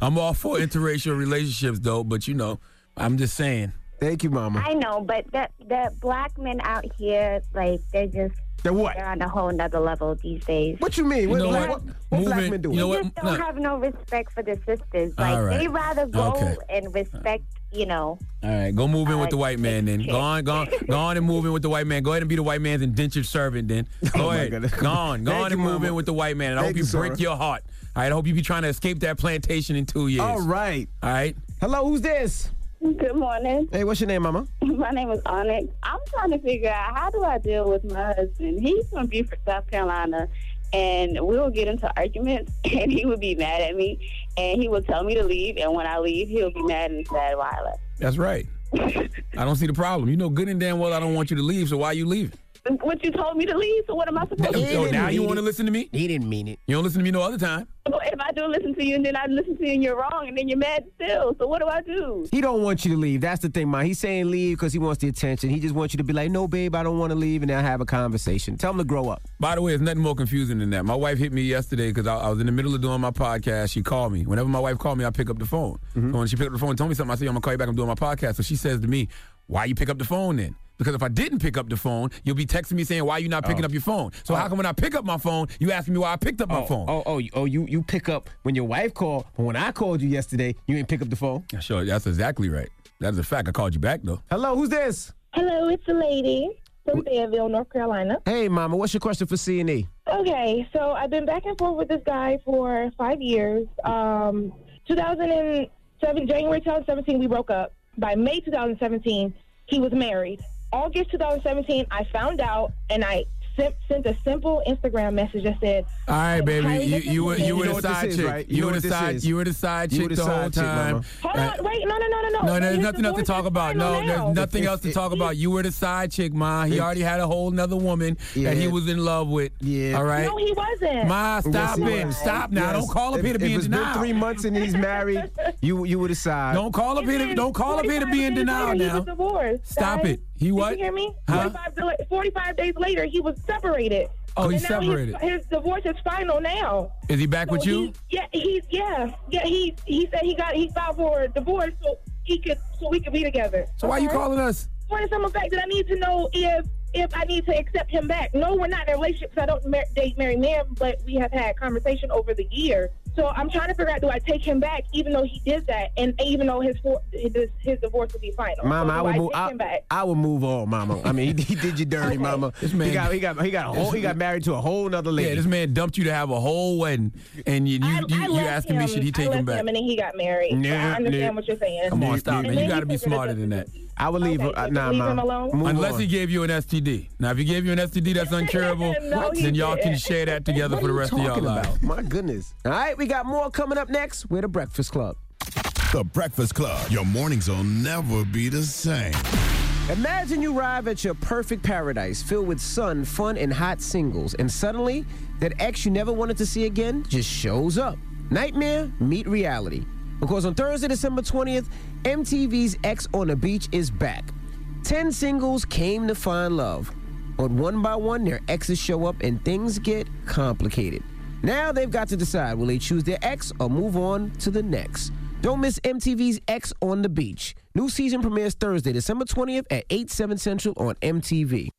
Speaker 5: I'm all for interracial relationships, though, but you know, I'm just saying.
Speaker 6: Thank you, Mama.
Speaker 20: I know, but the the black men out here, like they're just
Speaker 6: they're what?
Speaker 20: They're on a whole nother level these days.
Speaker 6: What you mean? You What- know what- what- what black Movement- men do? you know
Speaker 20: They
Speaker 6: what?
Speaker 20: just don't
Speaker 6: No.
Speaker 20: have no respect for the sisters. Like
Speaker 5: All right.
Speaker 20: they rather go
Speaker 5: Okay.
Speaker 20: and respect, you know.
Speaker 5: All right, go move in with the white man then. Go on, go on, go on and move in with the white man. Go ahead and be the white man's indentured servant
Speaker 6: (laughs)
Speaker 5: then. Go ahead. Go on, go
Speaker 6: Oh, Thank
Speaker 5: on
Speaker 6: you,
Speaker 5: and move
Speaker 6: Mama.
Speaker 5: in with the white man. And I
Speaker 6: Thank
Speaker 5: hope you,
Speaker 6: you, Sarah.
Speaker 5: break your heart. All right, I hope you be trying to escape that plantation in two years.
Speaker 6: All right.
Speaker 5: All right.
Speaker 6: Hello, who's this?
Speaker 19: Good morning.
Speaker 6: Hey, what's your name, Mama?
Speaker 19: My name is Onyx. I'm trying to figure out how do I deal with my husband. He's from Beaufort, South Carolina, and we will get into arguments, (laughs) and he would be mad at me, and he will tell me to
Speaker 10: (laughs)
Speaker 19: leave, and when I leave, he'll be mad and sad why I left.
Speaker 5: That's right. I don't see the problem. You know good and damn well I don't want you to leave, so why you leaving?
Speaker 19: What you told me to leave, so what am I supposed to do?
Speaker 5: So now you want to listen to me?
Speaker 6: He didn't mean it.
Speaker 5: You don't listen to me no other time.
Speaker 19: (laughs) If I do listen to you, and then I listen to you, and you're wrong, and then you're mad still, so what do I do?
Speaker 6: He don't want you to leave. That's the thing, Ma. He's saying leave because he wants the attention. He just wants you to be like, no, babe, I don't want to leave, and then have a conversation. Tell him to grow up.
Speaker 5: By the way, it's nothing more confusing than that. My wife hit me yesterday because I, I was in the middle of doing my podcast. She called me. Whenever my wife called me, I pick up the phone.
Speaker 6: Mm-hmm.
Speaker 5: So when she picked up the phone and told me something, I said, I'm going to call you back. I'm doing my podcast. So she says to me, Why you pick up the phone then? Because if I didn't pick up the phone, you'll be texting me saying, Why you not picking up your phone? So how come when I pick up my phone, you asking me why I picked up my phone?
Speaker 6: Oh. Oh, oh, you- oh, you you pick up when your wife called, but when I called you yesterday, you didn't pick up the phone.
Speaker 5: Sure, that's exactly right. That is a fact. I called you back, though.
Speaker 6: Hello, who's this?
Speaker 21: Hello, it's a lady from Fayetteville, North Carolina.
Speaker 6: Hey, Mama, what's your question for E? CNE?
Speaker 21: Okay, so I've been back and forth with this guy for five years. Um, 2007, January 2017, we broke up. By May 2017, he was married. August 2017, I found out and I sent, sent a simple Instagram message that said,
Speaker 5: All right, baby. You, you, were, you,
Speaker 6: You
Speaker 5: were
Speaker 6: know
Speaker 5: the
Speaker 6: what this
Speaker 5: side
Speaker 6: is,
Speaker 5: chick.
Speaker 6: right? You
Speaker 5: You,
Speaker 6: know
Speaker 5: were
Speaker 6: what
Speaker 5: the
Speaker 6: this
Speaker 5: side.
Speaker 6: is.
Speaker 5: You were the side
Speaker 6: You
Speaker 5: chick
Speaker 6: were
Speaker 5: the,
Speaker 6: the
Speaker 5: whole
Speaker 6: side chick,
Speaker 5: time.
Speaker 6: Mama.
Speaker 21: Hold
Speaker 5: Uh,
Speaker 21: on, wait, no, no, no, no, no.
Speaker 5: No, there's
Speaker 21: His
Speaker 5: nothing else to
Speaker 21: divorce
Speaker 5: talk
Speaker 21: is
Speaker 5: about.
Speaker 21: final
Speaker 5: No,
Speaker 21: now.
Speaker 5: there's nothing else to talk about. You were the side chick, Ma. He already had a whole nother woman that he was in love with. Yeah. All right.
Speaker 21: No, he wasn't.
Speaker 5: Ma, stop
Speaker 6: Yes, he
Speaker 5: it.
Speaker 6: was.
Speaker 5: Stop now.
Speaker 6: Yes.
Speaker 5: Don't call up
Speaker 6: If-
Speaker 5: here to be
Speaker 6: if
Speaker 5: in
Speaker 6: it's been
Speaker 5: denial.
Speaker 6: three months and he's married, you you would decide.
Speaker 5: Don't call up here. To, don't call up here to be in denial
Speaker 21: He was
Speaker 5: now.
Speaker 21: divorced.
Speaker 5: Stop
Speaker 21: guys.
Speaker 5: it. He
Speaker 21: Did
Speaker 5: what?
Speaker 21: you hear me?
Speaker 5: Huh?
Speaker 21: 45, del- 45 days later, he was separated.
Speaker 5: Oh, he's
Speaker 21: And now
Speaker 5: separated.
Speaker 21: His, his divorce is final now.
Speaker 5: Is he back
Speaker 21: So
Speaker 5: with you?
Speaker 21: He, yeah, he's yeah, yeah. He he said he got he filed for a divorce so he could so we could be together.
Speaker 5: So why you calling us?
Speaker 21: Pointing someone back that I need to know if if I need to accept him back. No, we're not in a relationship. 'cause I don't mar- date married men, but we have had conversation over the year. So I'm trying to figure out do I take him back even though he did that and even though his for- his, his divorce will be final.
Speaker 6: Mama,
Speaker 21: so
Speaker 6: I
Speaker 21: do
Speaker 6: would move.
Speaker 21: I take him
Speaker 6: I,
Speaker 21: back.
Speaker 6: I would move on, Mama. I mean, he, he did you dirty, Mama. he got he got he got a whole he got married to a whole nother lady.
Speaker 5: Yeah, this man dumped you to have a whole wedding, and you you, you, you
Speaker 21: left
Speaker 5: asking me should he
Speaker 21: I
Speaker 5: take him
Speaker 21: left
Speaker 5: back?
Speaker 21: and then he got married. So
Speaker 5: Nah,
Speaker 21: I understand
Speaker 5: nah.
Speaker 21: what you're saying.
Speaker 5: Come on, stop,
Speaker 21: And
Speaker 5: man.
Speaker 21: then
Speaker 5: You got to
Speaker 21: he
Speaker 5: be
Speaker 21: took it as
Speaker 5: smarter than that.
Speaker 6: I would leave. her, nah,
Speaker 21: leave him alone? Move
Speaker 5: Unless
Speaker 6: on.
Speaker 5: he gave you an STD. Now, if he gave you an STD,
Speaker 21: (laughs)
Speaker 5: that's uncurable.
Speaker 6: No, he
Speaker 5: then y'all can
Speaker 6: didn't.
Speaker 5: share that together
Speaker 6: What
Speaker 5: for the
Speaker 6: are you
Speaker 5: rest of y'all
Speaker 6: talking
Speaker 5: lives.
Speaker 6: about? My goodness. All right, we got more coming up next. We're the Breakfast Club.
Speaker 2: The Breakfast Club. Your mornings will never be the same.
Speaker 6: Imagine you arrive at your perfect paradise filled with sun, fun, and hot singles, and suddenly that ex you never wanted to see again just shows up. Nightmare meet reality. Because on Thursday, December 20th, MTV's X on the Beach is back. Ten singles came to find love. But one by one, their exes show up and things get complicated. Now they've got to decide will they choose their ex or move on to the next? Don't miss MTV's X on the Beach. New season premieres Thursday, December 20th at 8, 7 central on MTV.